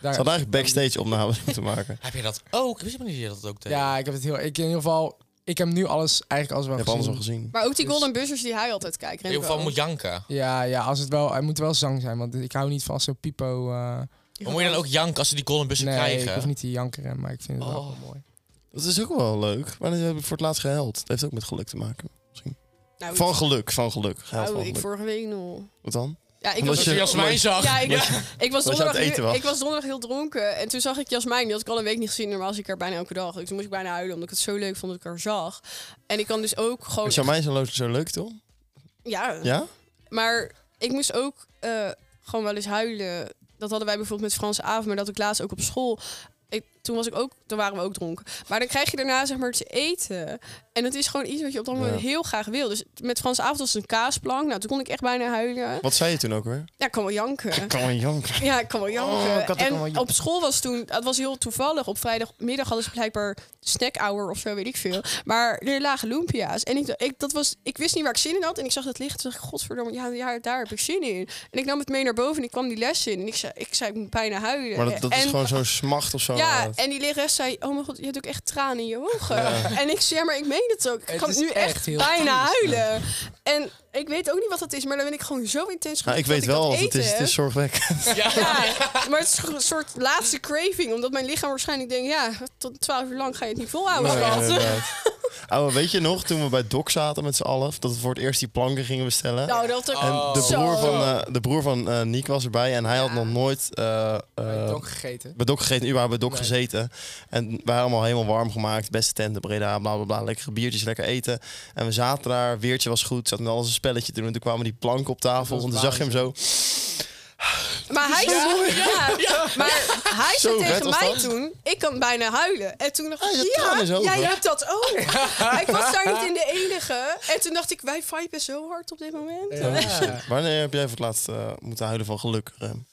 S1: Ze hadden eigenlijk backstage opname te maken.
S2: Heb je dat ook? Ik wist helemaal niet dat je dat ook deed.
S4: ja, ik heb het heel. Ik in ieder geval, ik heb nu alles eigenlijk alles wel
S1: Ik heb
S4: gezien.
S1: alles al gezien.
S6: Maar ook die
S4: Dus-
S6: golden buzzers die hij altijd kijkt.
S2: In ieder geval
S6: Remco.
S2: moet janken.
S4: Ja, ja, als het wel, het moet wel zang zijn, want ik hou niet van zo'n pipo. eh,
S2: Maar moet je dan ook janken als ze die golden bussen
S4: nee,
S2: krijgen?
S4: ik hoef niet te jankeren, maar ik vind het wel
S2: Oh.
S4: mooi.
S1: Dat is ook wel leuk. Maar dat heb ik voor het laatst gehuild. Dat heeft ook met geluk te maken.
S6: Nou,
S1: Van
S6: ik-
S1: geluk, van geluk. Gehuild
S6: nou,
S1: van
S6: ik
S1: geluk.
S6: vorige week nog.
S1: Wat dan?
S6: Ja, ik
S1: Omdat
S6: was,
S1: je-
S2: Jasmijn zag.
S6: ja, ik, ik, was
S1: je aan het
S6: donderdag,
S1: eten was.
S6: ik was donderdag heel dronken. En toen zag ik Jasmijn. Die had ik al een week niet gezien. Normaal zie ik haar bijna elke dag. Dus toen moest ik bijna huilen. Omdat ik het zo leuk vond dat ik haar zag. En ik kan dus ook gewoon...
S1: Is jouw mij zo leuk, zo leuk toch?
S6: Ja,
S1: Ja?
S6: Maar ik moest ook eh, gewoon wel eens huilen. Dat hadden wij bijvoorbeeld met Franse avond, maar dat ik laatst ook op school. Ik, toen was ik ook, toen waren we ook dronken. Maar dan krijg je daarna zeg maar te eten. En dat is gewoon iets wat je op dat moment
S1: Ja.
S6: heel graag wil. Dus met Franse avond was het een kaasplank. Nou, toen kon ik echt bijna huilen.
S1: Wat zei je toen ook weer?
S6: Ja, ik kan wel janken.
S1: kan een janken.
S6: Ja, ik kan wel janken.
S4: Oh, ik had ook
S6: en
S4: allemaal-
S6: op school was toen, dat was heel toevallig. Op vrijdagmiddag hadden ze blijkbaar snack hour of zo, weet ik veel. Maar er lagen lumpia's. En ik, d- ik, dat was, ik wist niet waar ik zin in had. En ik zag dat liggen. Toen dacht ik, godverdomme, ja, ja, daar heb ik zin in. En ik nam het mee naar boven en ik kwam die les in. En ik zei, ik, zei, ik moet bijna huilen.
S1: Maar dat, dat is
S6: En-
S1: gewoon zo'n smacht of zo.
S6: ja,
S1: inderdaad.
S6: en die lerares zei, oh mijn god, je hebt ook echt tranen in je ogen. En ik zei, ja, maar ik meen het ook. Ik
S4: Het
S6: kan
S4: is
S6: nu
S4: echt
S6: echt
S4: heel
S6: bijna huilen. En ik weet ook niet wat dat is, maar dan ben ik gewoon zo intens
S1: Nou, ik
S6: gevoed
S1: weet
S6: dat
S1: wel,
S6: dat
S1: het is,
S6: eten
S1: het
S6: heb.
S1: is zorgwekkend.
S6: Ja, maar het is een soort laatste craving. Omdat mijn lichaam waarschijnlijk denkt... ja, tot twaalf uur lang ga je het niet volhouden.
S1: Nee,
S6: schat.
S1: inderdaad. Ouwe, weet je nog, toen we bij Doc zaten met z'n allen, dat we voor het eerst die planken gingen bestellen?
S6: nou, dat
S1: En de
S6: Zo.
S1: broer van, eh, de broer van eh, Niek was erbij en hij had nog nooit eh, eh,
S4: Heb ik ook gegeten.
S1: bij Dok gegeten, überhaupt bij Dok
S4: Nee.
S1: gezeten. En wij allemaal helemaal warm gemaakt, beste tenten, Breda, bla bla bla, lekkere biertjes, lekker eten. En we zaten daar, weertje was goed, zaten met alles een spelletje te doen. En toen kwamen die planken op tafel
S4: Dat
S1: en
S4: was
S1: toen zag je hem zo.
S6: maar hij, ja, maar hij
S1: Zo
S6: zei
S1: vet
S6: tegen
S1: was
S6: mij
S1: dat.
S6: toen... ik kan bijna huilen. En toen dacht
S1: Hij
S6: ik,
S1: had
S6: ja,
S1: tranen in zijn ogen.
S6: jij hebt dat ook. ik was daar niet in de enige. En toen dacht ik, wij viben zo hard op dit moment.
S4: Ja.
S1: Wanneer heb jij voor het laatst eh, moeten huilen van geluk? Rem?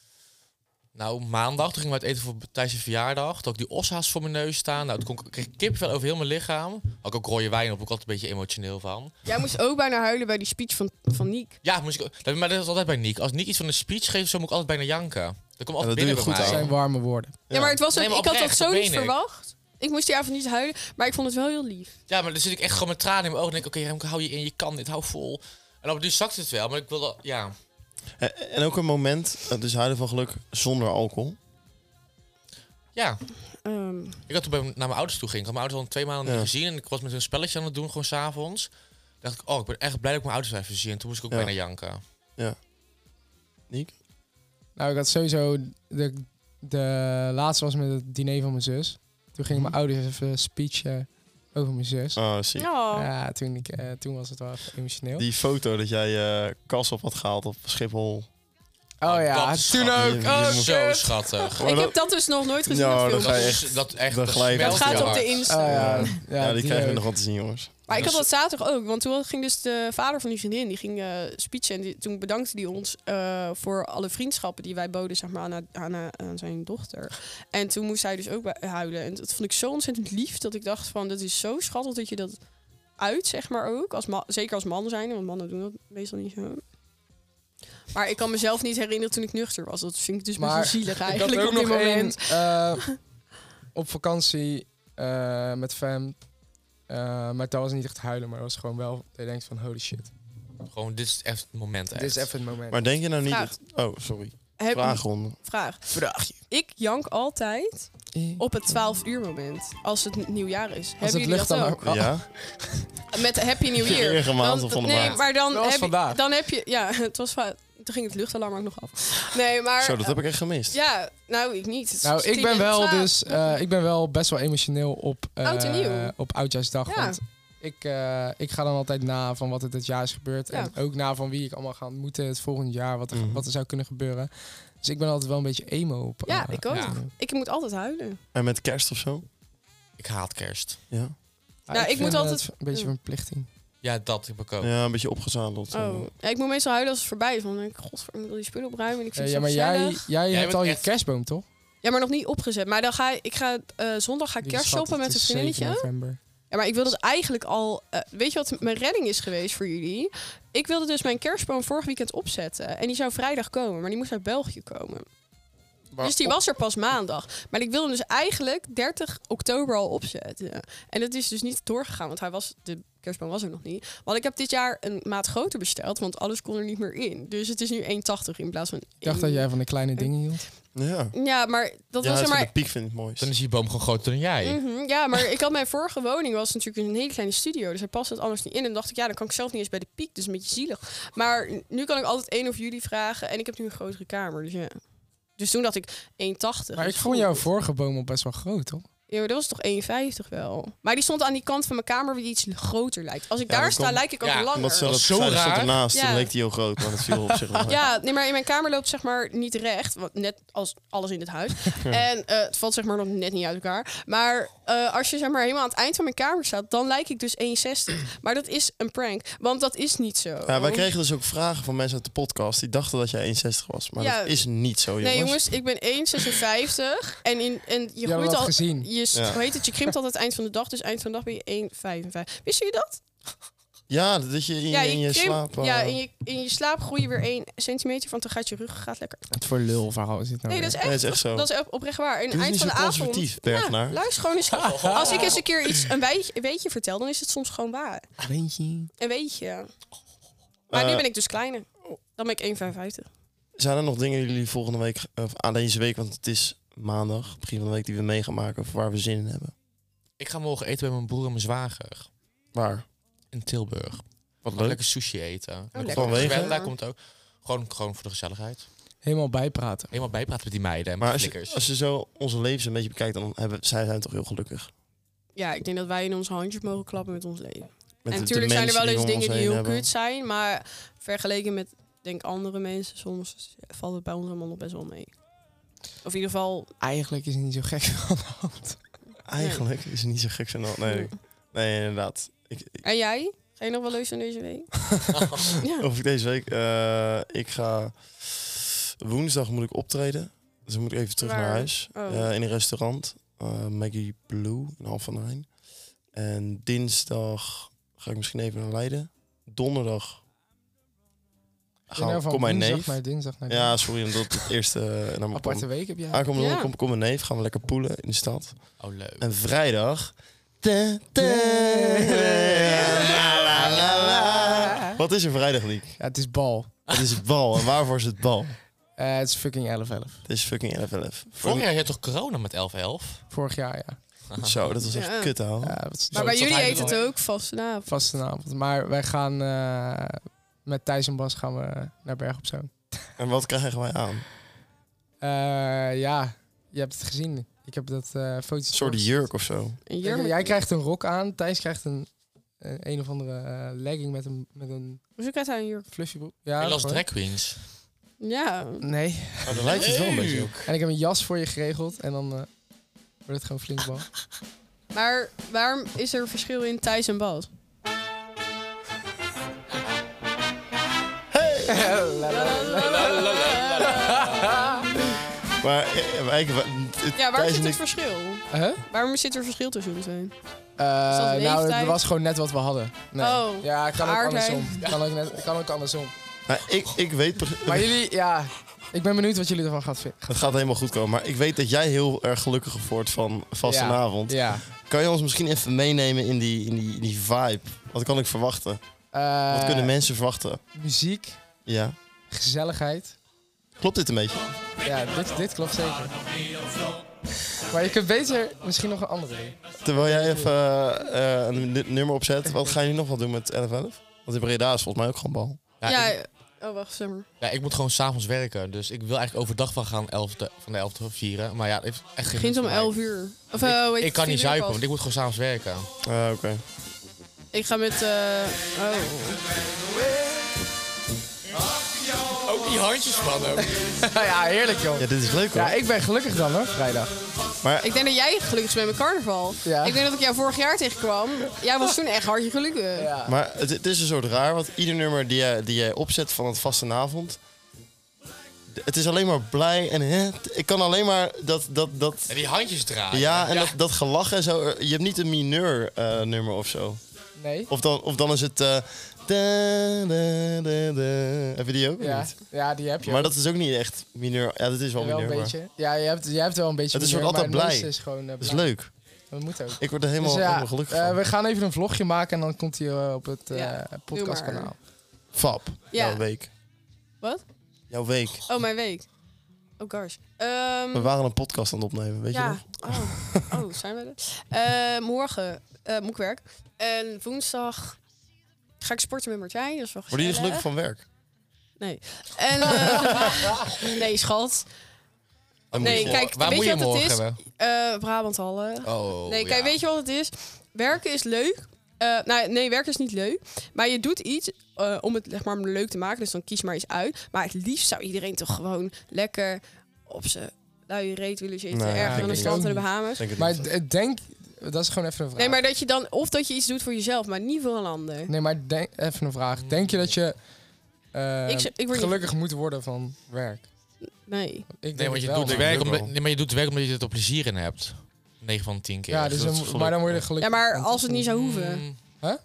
S2: Nou, maandag toen gingen we uit eten voor tijdens zijn verjaardag. Toen had ik die osha's voor mijn neus staan. Nou, toen kon ik, kreeg ik kipvel over heel mijn lichaam. Had ik ook rode wijn op, ook altijd een beetje emotioneel van.
S6: Jij moest ook bijna huilen bij die speech van, van Niek.
S2: Ja, moest ik, dat- maar dat is altijd bij Niek. Als Niek iets van een speech geeft, zo moet ik altijd bijna janken. Dat komt altijd
S1: dat doe je
S2: binnen
S1: goed
S2: bij
S4: Dat
S2: mij.
S4: zijn warme woorden.
S6: Ja, maar het was ook,
S2: Nee, maar
S6: ik had dat
S2: oprecht,
S6: zo
S2: dat
S6: niet
S2: meen ik.
S6: verwacht. Ik moest die avond niet huilen, maar ik vond het wel heel lief.
S2: Ja, maar dan zit ik echt gewoon met tranen in mijn ogen. En denk ik, oké, Remco, hou je in, je kan dit, hou vol. En op nu zakt het wel, maar ik wil dat, ja.
S1: En, en ook een moment, eh, dus huilen van geluk zonder alcohol.
S2: Ja,
S6: Ehm,
S2: ik had toen bij, naar mijn ouders toe ging. Ik had mijn ouders al twee maanden
S1: Ja.
S2: niet gezien. En ik was met hun spelletje aan het doen, gewoon s'avonds. Dacht ik, oh, ik ben echt blij dat ik mijn ouders even zie. En toen moest ik ook
S1: Ja.
S2: bijna
S4: Oh
S2: janken.
S1: Niek?
S4: Nou, ik had sowieso. De, de laatste was met het diner van mijn zus. Toen gingen mijn ouders even speechen over mijn zus.
S1: Mhm. Oh, zie.
S6: oh.
S4: Ja, toen, ik, eh, toen was het wel even emotioneel.
S1: Die foto dat jij eh, kas op had gehaald op Schiphol.
S4: oh
S2: dat
S4: ja,
S2: is
S4: toen
S2: schattig.
S4: ook.
S1: Je- je
S4: Oh,
S1: moet-
S4: shit.
S2: Zo schattig.
S1: Maar
S6: ik
S1: dat-
S6: heb dat dus nog nooit gezien.
S1: Nou,
S6: dat
S1: dan
S6: filmpje.
S1: ga je
S2: is-
S1: echt-
S2: dat echt,
S1: dan
S2: dat
S1: glijdt
S2: smelt
S6: Het
S1: Dat
S2: je
S6: gaat op
S2: hart.
S6: de Insta.
S4: Oh, dus- ja. Ja,
S1: Ja, die, krijgen we
S4: ook.
S1: nog wel te zien, jongens.
S6: Maar ik
S1: Dat
S6: had dat
S1: is-
S6: zaterdag ook, want toen ging dus de vader van die vriendin, die ging eh speechen en die- toen bedankte hij ons eh, voor alle vriendschappen die wij boden zeg maar, aan, haar- aan, haar- aan zijn dochter. En toen moest hij dus ook bij- huilen. En dat vond ik zo ontzettend lief dat ik dacht van, dat is zo schattig dat je dat uit, zeg maar ook. Als ma- zeker als man zijn, want mannen doen dat meestal niet zo. Maar ik kan mezelf niet herinneren toen ik nuchter was. Dat vind ik dus best
S4: Maar
S6: wel zielig
S4: Ik had
S6: eigenlijk
S4: ook
S6: op dit
S4: nog één,
S6: moment.
S4: eh, op vakantie eh, met fam. Eh, maar dat was niet echt huilen, maar dat was gewoon wel. Dat je denkt van holy shit.
S2: Gewoon, dit is echt het moment echt.
S4: Dit is even het moment.
S1: Maar denk je nou niet...
S6: Vraag.
S1: dat- Oh, sorry.
S6: Heb,
S1: Vraagronde.
S6: vraag.
S1: Vraagje.
S6: Ik jank altijd op het 12 uur moment. Als het n- nieuwjaar is.
S4: Als
S6: Hebben
S4: het
S6: jullie
S4: lucht
S6: dat
S4: dan
S6: ook?
S4: ook. Oh,
S1: Ja?
S6: Met Happy New Year.
S1: Vorige maand of van de
S6: nee,
S1: maand.
S6: maar dan
S4: Dat was
S6: heb, je,
S4: vandaag.
S6: dan heb je... Ja, het was va- Toen ging het luchtalarm ook nog af. Nee, maar...
S1: Zo, dat heb ik echt gemist.
S6: Ja, nou, ik niet. Het is
S4: Nou, ik
S6: tien
S4: ben
S6: en
S4: wel
S6: twaalf.
S4: dus. eh, ik ben wel best wel emotioneel op. eh,
S6: Oud en nieuw.
S4: Op oudjaarsdag.
S6: Ja.
S4: Want Ik, eh, ik ga dan altijd na van wat er dit jaar is gebeurd.
S6: Ja.
S4: En ook na van wie ik allemaal ga ontmoeten het volgend jaar. Wat er,
S1: Mhm.
S4: wat er zou kunnen gebeuren. Dus ik ben altijd wel een beetje emo op.
S6: Ja,
S4: eh,
S6: ik ook.
S4: Ja.
S6: Ik moet altijd huilen.
S1: En met kerst of zo?
S2: Ik haat kerst.
S1: Ja,
S6: Nou, ik
S4: vind
S6: moet
S4: het
S6: altijd- Mm.
S4: Een beetje verplichting.
S2: Ja, dat heb ik ook.
S1: ja een beetje opgezadeld.
S6: Oh. Ja, ik moet meestal huilen als het voorbij is. Want dan denk ik, god, ik moet al die spullen opruimen. En ik vind
S4: Eh, ja,
S6: het
S4: maar
S6: zo
S4: jij,
S6: gezellig.
S4: jij,
S2: Jij
S4: hebt
S2: bent
S4: al je
S2: echt-
S4: kerstboom, toch?
S6: Ja, maar nog niet opgezet. Maar dan ga ik, ik ga, eh, zondag ga ik
S4: Lieve schat,
S6: kerstshoppen
S4: het dus
S6: met een
S4: is 7
S6: vriendinnetje.
S4: november.
S6: Ja, maar ik wilde het eigenlijk al. eh, weet je wat mijn redding is geweest voor jullie? Ik wilde dus mijn kerstboom vorig weekend opzetten. En die zou vrijdag komen, maar die moest uit België komen.
S1: Maar
S6: dus die
S1: op-
S6: was er pas maandag. Maar ik wilde hem dus eigenlijk 30 oktober al opzetten. En dat is dus niet doorgegaan, want hij was, de kerstboom was er nog niet. Want ik heb dit jaar een maat groter besteld, want alles kon er niet meer in. Dus het is nu 1,80 in plaats van.
S4: Ik dacht dat jij van de kleine dingen hield.
S1: Ja.
S6: Ja, maar dat
S1: ja,
S6: was er
S1: het
S6: maar
S1: de piek vind ik het mooist.
S2: Dan is die boom gewoon groter dan jij.
S4: Mm.
S6: Mhm, ja, maar ik had mijn vorige woning was natuurlijk een hele kleine studio. Dus hij past het anders niet in. En dacht ik, ja, dan kan ik zelf niet eens bij de piek. Dus een beetje zielig. Maar nu kan ik altijd één of jullie vragen. En ik heb nu een grotere kamer. Dus ja. Dus toen dacht ik 1,80.
S4: Maar ik
S6: is
S4: vond
S6: goed.
S4: jouw vorige boom al best wel groot, toch?
S6: Ja, maar dat was toch 1,50 wel. Maar die stond aan die kant van mijn kamer die iets groter lijkt. Als ik
S1: Ja,
S6: daar
S1: dat
S6: sta,
S1: komt-
S6: lijk ik ook
S2: Ja,
S6: langer.
S1: Omdat ze
S2: Dat
S1: dat
S2: is zo
S1: zeiden, stond
S2: raar.
S1: ernaast,
S6: Ja.
S1: toen leek die heel groot, maar dat viel op zich wel mee.
S6: Ja, nee, maar in mijn kamer loopt zeg maar niet recht. Want net als alles in dit huis. En eh, het valt zeg maar nog net niet uit elkaar. Maar eh, als je zeg maar helemaal aan het eind van mijn kamer staat, dan lijk ik dus 1,60. Maar dat is een prank. Want dat is niet zo.
S1: Ja, wij kregen dus ook vragen van mensen uit de podcast die dachten dat jij 1,60 was. Maar
S6: Ja.
S1: dat is niet zo, jongens.
S6: Nee, jongens, ik ben 1,56. En, in, en je
S4: Jij hebt
S6: groeit
S4: dat
S6: al.
S4: gezien.
S6: Je, s-
S1: Ja.
S6: Hoe heet het? Je krimpt altijd het eind van de dag. Dus eind van de dag ben je 1,55. Wist je dat?
S1: Ja, dat je in je, in je slaap... eh,
S6: ja, in je, in je slaap groei je weer 1 centimeter. Want dan gaat je rug gaat lekker.
S4: Wat voor lul verhaal is dit nou
S6: Nee, dat is echt,
S1: Nee, dat is echt zo.
S6: dat is op- oprecht waar. En
S1: Doe het
S6: eind
S1: niet
S6: van
S1: zo
S6: de avond.
S1: conservatief, Bergnaar.
S6: Ja, luister gewoon eens. Als ik eens een keer iets een weetje, een weetje vertel, dan is het soms gewoon waar.
S4: Weet je?
S6: Een weetje. Maar nu
S1: Eh,
S6: ben ik dus kleiner. Dan ben ik 1,55.
S1: Zijn er nog dingen die jullie volgende week, of aan deze week, want het is maandag, begin van de week, die we mee gaan maken of waar we zin in hebben?
S2: Ik ga morgen eten bij mijn broer en mijn zwager.
S1: Waar?
S2: In Tilburg.
S1: Wat
S2: Lekker sushi eten.
S4: Oh,
S2: En dan
S6: lekker.
S2: komt
S1: Vanwege?
S2: Sven, Daar komt ook. Gewoon, gewoon voor de gezelligheid.
S4: Helemaal bijpraten.
S2: Helemaal bijpraten met die meiden en
S1: Maar
S2: met de
S1: als je,
S2: flikkers.
S1: als je zo onze levens een beetje bekijkt, dan hebben zij zijn toch heel gelukkig.
S6: Ja, ik denk dat wij in onze handjes mogen klappen met ons
S1: Met
S6: leven. en
S1: de- de
S6: natuurlijk zijn er
S1: mensen
S6: wel eens
S1: om ons
S6: dingen die
S1: heen
S6: heel
S1: hebben.
S6: kut zijn. Maar vergeleken met, denk ik, andere mensen, soms valt het bij ons allemaal nog best wel mee. Of in ieder geval,
S4: Eigenlijk is het niet zo gek van de hand.
S1: Eigenlijk is het niet zo gek zo. Nee, nee, inderdaad. Ik, ik-
S6: en jij? Ga je nog wel leuk aan deze week? ja.
S1: of ik deze week, eh, ik ga woensdag moet ik optreden. Dus dan moet ik even terug
S6: Waar?
S1: naar huis.
S6: Oh.
S1: Eh, in een restaurant. Eh, Maggie Blue in half van Rijn. En dinsdag ga ik misschien even naar Leiden. Donderdag
S4: In
S1: gaan,
S4: ieder geval
S1: kom mijn
S4: woensdag
S1: neef.
S4: naar dinsdag naar
S1: Ja,
S4: dinsdag.
S1: sorry, omdat het het eerste eh, naar mijn
S4: Aparte week heb jij.
S1: aankomende
S6: Ja.
S1: donderdag komt, komt mijn neef. Gaan we lekker poelen in de stad.
S2: Oh, leuk.
S1: En vrijdag. Ta, ta, la, la, la, la. Wat is er vrijdag niet?
S4: Ja, het is bal.
S1: Het is bal. En waarvoor is het bal?
S4: Eh, het is fucking 11-11.
S1: Het is fucking 11-11.
S2: Vorig jaar had je toch corona met 11-11?
S4: Vorig jaar, ja.
S1: Zo, dat was echt
S6: Ja.
S1: kut, houden.
S4: ja wat is
S6: Maar
S2: Zo,
S6: bij
S2: dat
S6: jullie
S2: hij
S6: heet
S2: bedoelt.
S6: het ook vastenavond.
S4: Vastenavond. Maar wij gaan eh, met Thijs en Bas gaan we naar Berg op Zoom.
S1: En wat krijgen wij aan?
S4: Eh, ja, je hebt het gezien. Ik heb dat eh foto's.
S1: Een soort jurk of zo.
S6: Een
S4: Jij,
S6: jurk.
S4: jij krijgt een rok aan. Thijs krijgt een een, een of andere eh, legging met een, met een
S6: Hoezo krijgt hij een jurk?
S4: fluffy broek. Ja,
S2: Ik las
S4: gewoon.
S2: drag queens.
S6: Ja.
S4: Nee.
S1: Maar dat lijkt het wel een beetje op.
S4: En ik heb een jas voor je geregeld. En dan eh, wordt het gewoon flink bal.
S6: Maar waarom is er verschil in Thijs en Bas?
S1: Maar eh, maar ik,
S6: Ja, waar
S1: Thijs
S6: zit
S1: en
S6: het
S1: ik-
S6: verschil?
S4: Huh?
S6: Waarom zit er verschil tussen ons heen?
S4: Eh,
S6: dat een
S4: nou,
S6: leeftijd?
S4: het was gewoon net wat we hadden. Nee.
S6: Oh,
S4: ja, ik kan ook
S6: geaardheid.
S4: andersom. Kan ook, net, kan ook andersom.
S1: Nou, ik, ik weet... pre-
S4: Maar jullie, ja, ik ben benieuwd wat jullie ervan gaat vinden.
S1: Het gaat helemaal goed komen. Maar ik weet dat jij heel erg gelukkig wordt van vastenavond.
S4: Ja.
S1: Kan je ons misschien even meenemen in die, in die, in die vibe? Wat kan ik verwachten?
S4: Eh,
S1: Wat kunnen mensen verwachten?
S4: Muziek,
S1: Ja.
S4: gezelligheid.
S1: Klopt dit een beetje?
S4: Ja, dit, dit klopt zeker. Maar je kunt beter misschien nog een andere doen.
S1: Terwijl jij even eh, eh, een nu- nummer opzet, wat ga je nu nog wel doen met 1111? Want in Breda is volgens mij ook gewoon bal.
S2: Ja,
S6: ja.
S2: Ik,
S6: Oh, wacht, zeg maar.
S2: ja, ik moet gewoon s'avonds werken. Dus ik wil eigenlijk overdag wel gaan 11 de- van de 11e vieren. Maar ja, het heeft echt geen
S6: Begint om
S2: nut voor mij.
S6: 11 uur. Of, eh, hoe heet
S2: Ik
S6: het,
S2: kan
S6: vier
S2: niet
S6: uur
S2: zuipen,
S6: pas.
S2: want ik moet gewoon s'avonds werken.
S1: Ah, Eh, Oké.
S6: Ik ga met... eh, oh.
S2: Ook Oh, die handjes spannen.
S4: ja, heerlijk joh.
S1: Ja, dit is leuk hoor.
S4: Ja, ik ben gelukkig dan hoor, vrijdag.
S6: Ik denk dat jij gelukkig bent met carnaval.
S4: Ja.
S6: Ik denk dat ik jou vorig jaar tegenkwam. Jij was toen echt hartje gelukkig.
S1: Maar het, het is een soort raar, want ieder nummer die jij, die jij opzet van het vastenavond... d- Het is alleen maar blij en hè, t- ik kan alleen maar dat, dat, dat
S2: En die handjes draaien.
S1: Ja, en Dat, dat gelach en zo. Je hebt niet een mineur eh, nummer of zo.
S4: Nee?
S1: Of dan, of dan is het. eh, da, da, da, da. Heb je die ook? of
S4: Ja,
S1: niet?
S4: ja die heb je.
S1: Maar dat is ook niet echt mineur. Ja, dat is wel
S4: wel
S1: mineur.
S4: een
S1: maar
S4: beetje. Ja, je hebt, je hebt wel een beetje
S1: Het is
S4: mineur,
S1: wel altijd
S4: maar het
S1: blij.
S4: meeste is gewoon eh,
S1: Dat is
S4: blij.
S1: leuk.
S4: Dat moet ook.
S1: Ik word er helemaal,
S4: Dus ja,
S1: helemaal gelukkig
S4: eh,
S1: van.
S4: we gaan even een vlogje maken en dan komt hij eh, op het eh
S6: Ja,
S4: podcastkanaal.
S1: Fab,
S6: Ja.
S1: jouw week.
S6: Wat?
S1: Jouw week.
S6: Oh, mijn week. Oh, gosh. Ehm,
S1: We waren een podcast aan het opnemen, weet je
S6: ja.
S1: nog?
S6: Oh. oh, zijn we er? Eh, morgen eh moet ik werk. En woensdag ga ik sporten met Martijn. Dat is wel
S1: Worden jullie gelukkig
S6: gezellig.
S1: van werk?
S6: En, eh, nee, schat.
S1: En
S6: Nee,
S1: moet je-
S6: kijk,
S2: Waar
S6: weet
S2: moet
S6: je
S2: je
S6: wat het
S2: morgen
S6: is?
S2: hebben?
S6: Eh Brabanthallen.
S2: Oh,
S6: nee, kijk,
S2: ja.
S6: weet je wat het is? Werken is leuk. Eh, nou, nee, werken is niet leuk. Maar je doet iets eh, om het zeg maar, leuk te maken. Dus dan kies maar iets uit. Maar het liefst zou iedereen toch gewoon lekker op zijn luie reet willen zitten.
S1: Nee,
S6: ergens
S4: denk
S6: aan de
S4: ik
S6: strand
S4: ook
S6: in de
S4: niet.
S6: Bahamas.
S1: Denk het
S4: Maar
S1: niet.
S4: d- denk, dat is gewoon even een vraag.
S6: Nee, maar dat je dan, of dat je iets doet voor jezelf, maar niet voor een ander.
S4: Nee, maar denk, even een vraag. Denk je dat je eh,
S6: Ik z- ik word niet-
S4: gelukkig moet worden van werk?
S6: Nee.
S4: Ik denk
S2: Nee, want
S4: het
S2: je
S4: wel,
S2: doet,
S4: man.
S2: het werk
S1: Ik
S2: omdat,
S1: wel.
S2: nee, maar je doet het werk omdat je er plezier in hebt. 9 van de 10 keer.
S4: Ja, dus
S1: dat
S4: dan-
S1: is gelukkig.
S4: maar dan word je er
S6: Ja,
S4: gelukkig.
S6: maar
S4: van.
S6: als het niet zou hoeven.
S2: Mm,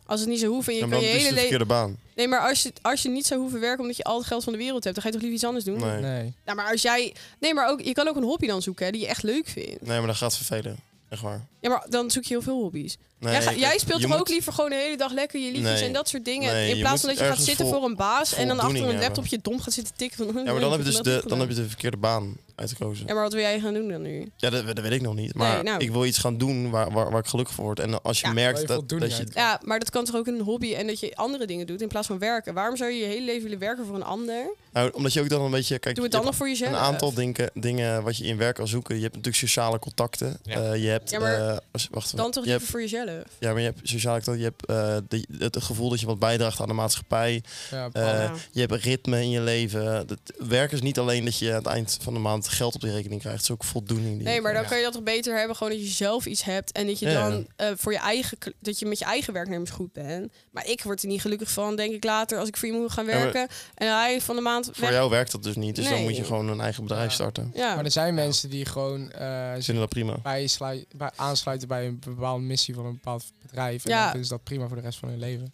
S6: Als het niet zou hoeven en je
S1: En
S6: kan
S1: dan
S6: je
S1: is het
S6: hele
S1: de
S6: leven...
S1: verkeerde baan.
S6: Nee, maar als je, als je niet zou hoeven werken omdat je al het geld van de wereld hebt, dan ga je toch liever iets anders doen?
S1: Nee.
S4: Nee.
S6: Nou, maar als jij... Nee, maar ook, je kan ook een hobby dan zoeken hè, die je echt leuk vindt.
S1: nee, maar dat gaat vervelen. Echt waar.
S6: Ja, maar dan zoek je heel veel hobby's.
S1: Nee,
S6: jij, ga-
S1: kijk,
S6: jij speelt
S1: je
S6: toch ook
S1: moet-
S6: liever gewoon de hele dag lekker je liedjes
S1: Nee.
S6: en dat soort dingen.
S1: Nee,
S6: in
S1: je
S6: plaats
S1: moet
S6: van dat je gaat
S1: ergens
S6: zitten
S1: vol-
S6: voor een baas en dan achter
S1: voldoening
S6: een
S1: hebben.
S6: laptopje dom gaat zitten tikken. Van,
S1: Ja, maar dan heb je dus de, dan heb je
S6: je...
S1: de verkeerde baan uitgekozen.
S6: Ja, maar wat wil jij gaan doen dan nu?
S1: Ja, dat, dat weet ik nog niet. Maar
S6: Nee, nou.
S1: ik wil iets gaan doen waar, waar, waar ik gelukkig voor word. En als je
S6: Ja.
S1: merkt
S4: Waar je
S1: dat,
S4: voldoening
S1: dat je...
S4: uit
S6: Ja, maar dat kan toch ook een hobby en dat je andere dingen doet in plaats van werken. Waarom zou je je hele leven willen werken voor een ander?
S1: Nou, omdat je ook dan een beetje... Kijk,
S6: Doe het
S1: je
S6: dan nog
S1: hebt
S6: voor jezelf.
S1: een aantal dingen, dingen wat je in werk kan zoeken. Je hebt natuurlijk sociale contacten.
S2: Ja.
S1: Eh, je hebt...
S6: Ja, maar
S1: eh, als- wacht,
S6: Dan toch
S1: je
S6: liever
S1: hebt,
S6: voor jezelf.
S1: Ja, maar je hebt sociale contacten. Je hebt eh, de- het gevoel dat je wat bijdraagt aan de maatschappij.
S4: Ja,
S1: Eh,
S6: Oh, Ja.
S1: Je hebt een ritme in je leven. Dat, werk is niet alleen dat je aan het eind van de maand geld op je rekening krijgt. Het is ook voldoening. Die
S6: Nee, maar dan
S2: Ja.
S6: kan je dat toch beter hebben gewoon dat je zelf iets hebt en dat je
S1: Ja.
S6: dan eh, voor je eigen kl- dat je met je eigen werknemers goed bent. Maar ik word er niet gelukkig van, denk ik later als ik voor je moet gaan
S1: Ja, maar-
S6: werken en hij van de maand
S1: Voor
S6: weg-
S1: jou werkt dat dus niet. Dus dan
S6: Nee.
S1: moet je gewoon een eigen bedrijf starten.
S6: Ja.
S4: maar er zijn mensen die gewoon eh,
S1: Ik
S4: zich
S1: vind dat prima.
S4: bij slui- bij aansluiten bij een bepaalde missie van een bepaald bedrijf. En
S6: Ja.
S4: dan vinden ze dat prima voor de rest van hun leven.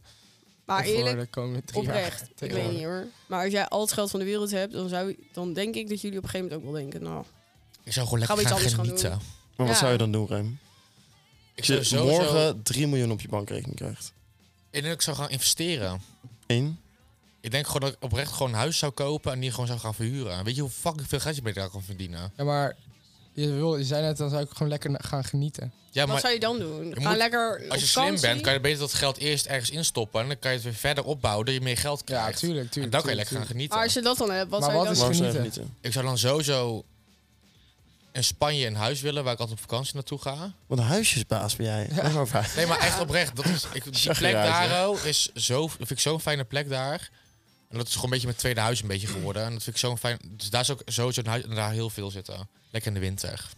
S6: maar
S4: Of voor
S6: eerlijk
S4: de komende drie
S6: oprecht,
S4: jaar.
S6: ik weet niet hoor. Maar als jij al het geld van de wereld hebt, dan zou dan denk ik dat jullie op een gegeven moment ook wel denken, nou,
S2: Ik zou gewoon lekker
S6: Gaan we
S2: gaan,
S6: iets anders
S2: genieten.
S6: gaan
S1: Maar wat
S6: Ja.
S1: zou je dan doen, Rijn?
S2: Ik
S1: Als je
S2: zou sowieso...
S1: morgen 3 miljoen op je bankrekening krijgt.
S2: Ik denk dat ik zou gaan investeren.
S1: Eén.
S2: Ik denk gewoon dat ik oprecht gewoon een huis zou kopen en die gewoon zou gaan verhuren. Weet je hoe fucking veel geld je bij daar kan verdienen?
S4: Ja, maar je, wil, je zei net, dan zou ik gewoon lekker na- gaan genieten.
S2: Ja,
S6: wat
S2: maar
S6: zou je dan doen? Ga
S2: moet-
S6: lekker op
S2: als je slim
S6: vakantie?
S2: bent, kan je beter dat geld eerst ergens instoppen. En dan kan je het weer verder opbouwen, dat je meer geld
S4: Ja,
S2: krijgt.
S4: tuurlijk, tuurlijk.
S2: En dan kan je
S4: tuurlijk,
S2: lekker gaan
S4: tuurlijk.
S2: genieten.
S6: Maar als je dat dan hebt, wat
S4: Maar
S6: zou je
S4: wat
S6: dan
S4: is
S1: Waarom zou je
S4: genieten.
S1: genieten?
S2: Ik zou dan sowieso in Spanje een huis willen waar ik altijd op vakantie naartoe ga.
S1: Want een huisjesbaas ben jij. Leg maar bij.
S2: Nee, maar echt oprecht. Dat is, ik, die
S1: Zag je
S2: plek
S1: eruit, hè?
S2: daar oh, is zo, dat vind ik zo'n fijne plek daar. En dat is gewoon een beetje mijn tweede huis een beetje geworden. En dat vind ik zo'n fijn. Dus daar zou ik sowieso een huis, en daar heel veel zitten. Lekker in de winter.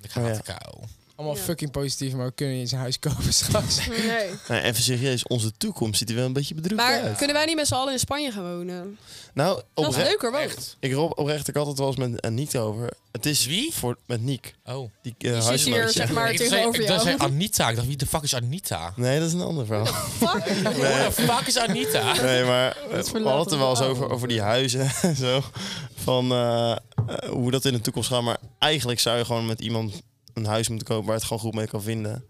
S2: Ik ga
S1: Oh,
S2: naar
S1: ja.
S2: de kou.
S4: Allemaal
S6: Ja.
S4: fucking positief, maar we kunnen niet eens een huis kopen straks.
S6: Nee.
S1: Nee, Nou, even serieus, onze toekomst ziet er wel een beetje bedroefd
S6: Maar
S1: uit.
S6: kunnen wij niet met z'n allen in Spanje gaan wonen?
S1: Nou,
S6: Dat is
S1: oprecht,
S6: leuker, want
S2: Echt.
S1: ik roep oprecht, ik had het wel eens met eh, Niek over. Het is
S2: Wie?
S1: Voor, met Niek,
S2: Oh.
S1: die eh,
S6: zit
S1: huisgenootje.
S6: hier, zeg Maar
S2: ik dacht,
S6: tegenover
S2: ik dacht,
S6: jou.
S2: zei Anita. Ik dacht, wie de fuck is Anita?
S1: Nee, dat is een ander verhaal.
S6: fuck.
S2: Wie de fuck is Anita?
S1: Nee, maar eh, we hadden het er wel eens
S4: verhaal.
S1: over, over die huizen en zo. Van eh, eh, hoe dat in de toekomst gaat. Maar eigenlijk zou je gewoon met iemand een huis moeten kopen waar het gewoon goed mee kan vinden.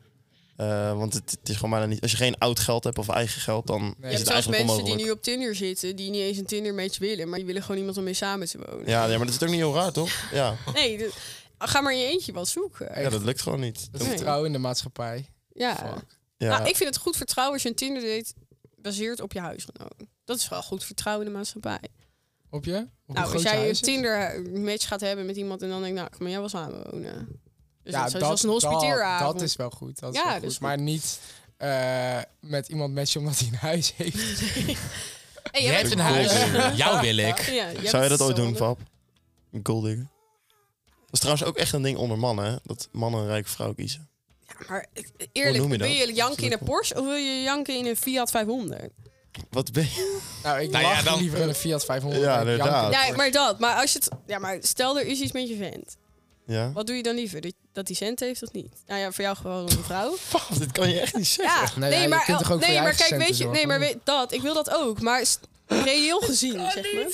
S1: Eh, want het, het is gewoon bijna niet... Als je geen oud geld hebt of eigen geld, dan
S4: Je
S6: Je
S1: is
S6: hebt
S1: het
S6: zelfs
S1: eigenlijk
S6: mensen
S1: onmogelijk.
S6: die nu op Tinder zitten, die niet eens een Tinder match willen, maar die willen gewoon iemand om mee samen te wonen.
S1: Ja, ja, maar dat is ook niet heel raar, toch? Ja,
S6: Nee, dat- ga maar in je eentje wat zoeken.
S1: ja dat lukt gewoon niet.
S4: Dat
S6: Nee.
S4: vertrouwen in de maatschappij.
S6: ja.
S1: Ja.
S6: Nou, ik vind het goed vertrouwen als je een Tinder date baseert op je huisgenoot. Dat is wel goed vertrouwen in de maatschappij.
S4: Op je? Op
S6: nou,
S4: hoe
S6: als
S4: groot je
S6: jij een
S4: huis is?
S6: Tinder eh, match gaat hebben met iemand en dan denk ik, nou, ik kan met jou wel samen wonen. Dus
S4: ja,
S6: dat, is als een hospiteeravond.
S4: Dat, dat is wel goed. Dat is
S6: Ja,
S4: wel
S6: dus
S4: goed. Maar niet eh, met iemand matchen omdat hij een huis heeft.
S6: Hey,
S2: Je
S6: jij
S2: hebt
S6: bent-
S2: een huis.
S1: Golddigger.
S2: Jou wil ik.
S6: Ja, jij
S1: Zou
S6: bent
S1: je dat ooit
S6: zo-
S1: doen, Pap? Een golddigger? Dat is trouwens ook echt een ding onder mannen, hè? Dat mannen een rijke vrouw kiezen.
S6: Maar eh,
S1: Hoe
S6: eerlijk,
S1: noem je
S6: wil
S1: dat?
S6: je janken in een
S1: Zo'n-
S6: Porsche of wil je janken in een Fiat 500?
S1: Wat ben je?
S4: Nou, ik
S2: Nou ja,
S4: lach
S2: dan-
S4: liever in een Fiat 500.
S1: Ja,
S4: dan janken.
S1: inderdaad.
S6: Ja, maar dat. Maar als je het, ja, maar stel er is iets met je vent.
S1: Ja?
S6: Wat doe je dan liever? Dat- Dat hij cent heeft of niet? Nou ja, voor jou gewoon een vrouw.
S1: Pap, dit kan je echt niet zeggen.
S6: Ja,
S4: Nee, Nou ja, je kunt toch ook voor
S6: nee,
S4: je
S6: maar kijk,
S4: eigen centen
S6: weet je, nee,
S4: zorgen?
S6: maar weet dat. Ik wil dat ook, maar s- reëel gezien, zeg maar.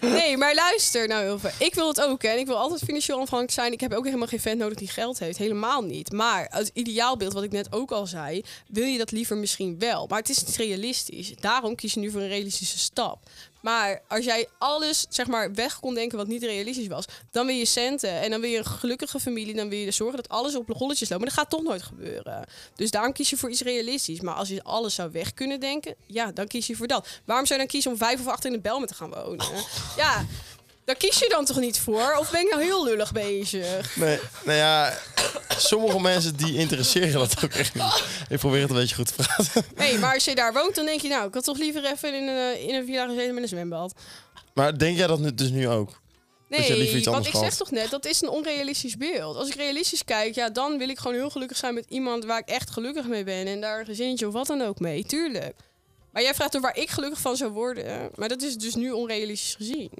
S6: Nee, maar luister nou heel veel. Ik wil het ook, hè. En ik wil altijd financieel onafhankelijk zijn. Ik heb ook helemaal geen vent nodig die geld heeft. Helemaal niet. Maar als ideaalbeeld, wat ik net ook al zei, wil je dat liever misschien wel. Maar het is niet realistisch. Daarom kies je nu voor een realistische stap. Maar als jij alles zeg maar, weg kon denken wat niet realistisch was, dan wil je centen en dan wil je een gelukkige familie. Dan wil je er zorgen dat alles op rolletjes loopt. Maar dat gaat toch nooit gebeuren. Dus daarom kies je voor iets realistisch. Maar als je alles zou weg kunnen denken, ja, dan kies je voor dat. Waarom zou je dan kiezen om vijf of acht in de Belmen te gaan wonen? Ja, daar kies je dan toch niet voor? Of ben ik nou heel lullig bezig?
S1: Nee, nou ja, sommige mensen die interesseren dat ook echt niet. Ik probeer het een beetje goed te praten.
S6: Nee, maar als je daar woont, dan denk je, nou, ik had toch liever even in een, eh, in een villa gezeten met een zwembad.
S1: Maar denk jij dat nu, dus nu ook? Dat je
S6: Nee,
S1: liever iets
S6: want
S1: anders
S6: ik
S1: valt.
S6: zeg toch net, dat is een onrealistisch beeld. Als ik realistisch kijk, ja, dan wil ik gewoon heel gelukkig zijn met iemand waar ik echt gelukkig mee ben. En daar een gezinnetje of wat dan ook mee, tuurlijk. Maar jij vraagt er waar ik gelukkig van zou worden. Maar dat is dus nu onrealistisch gezien.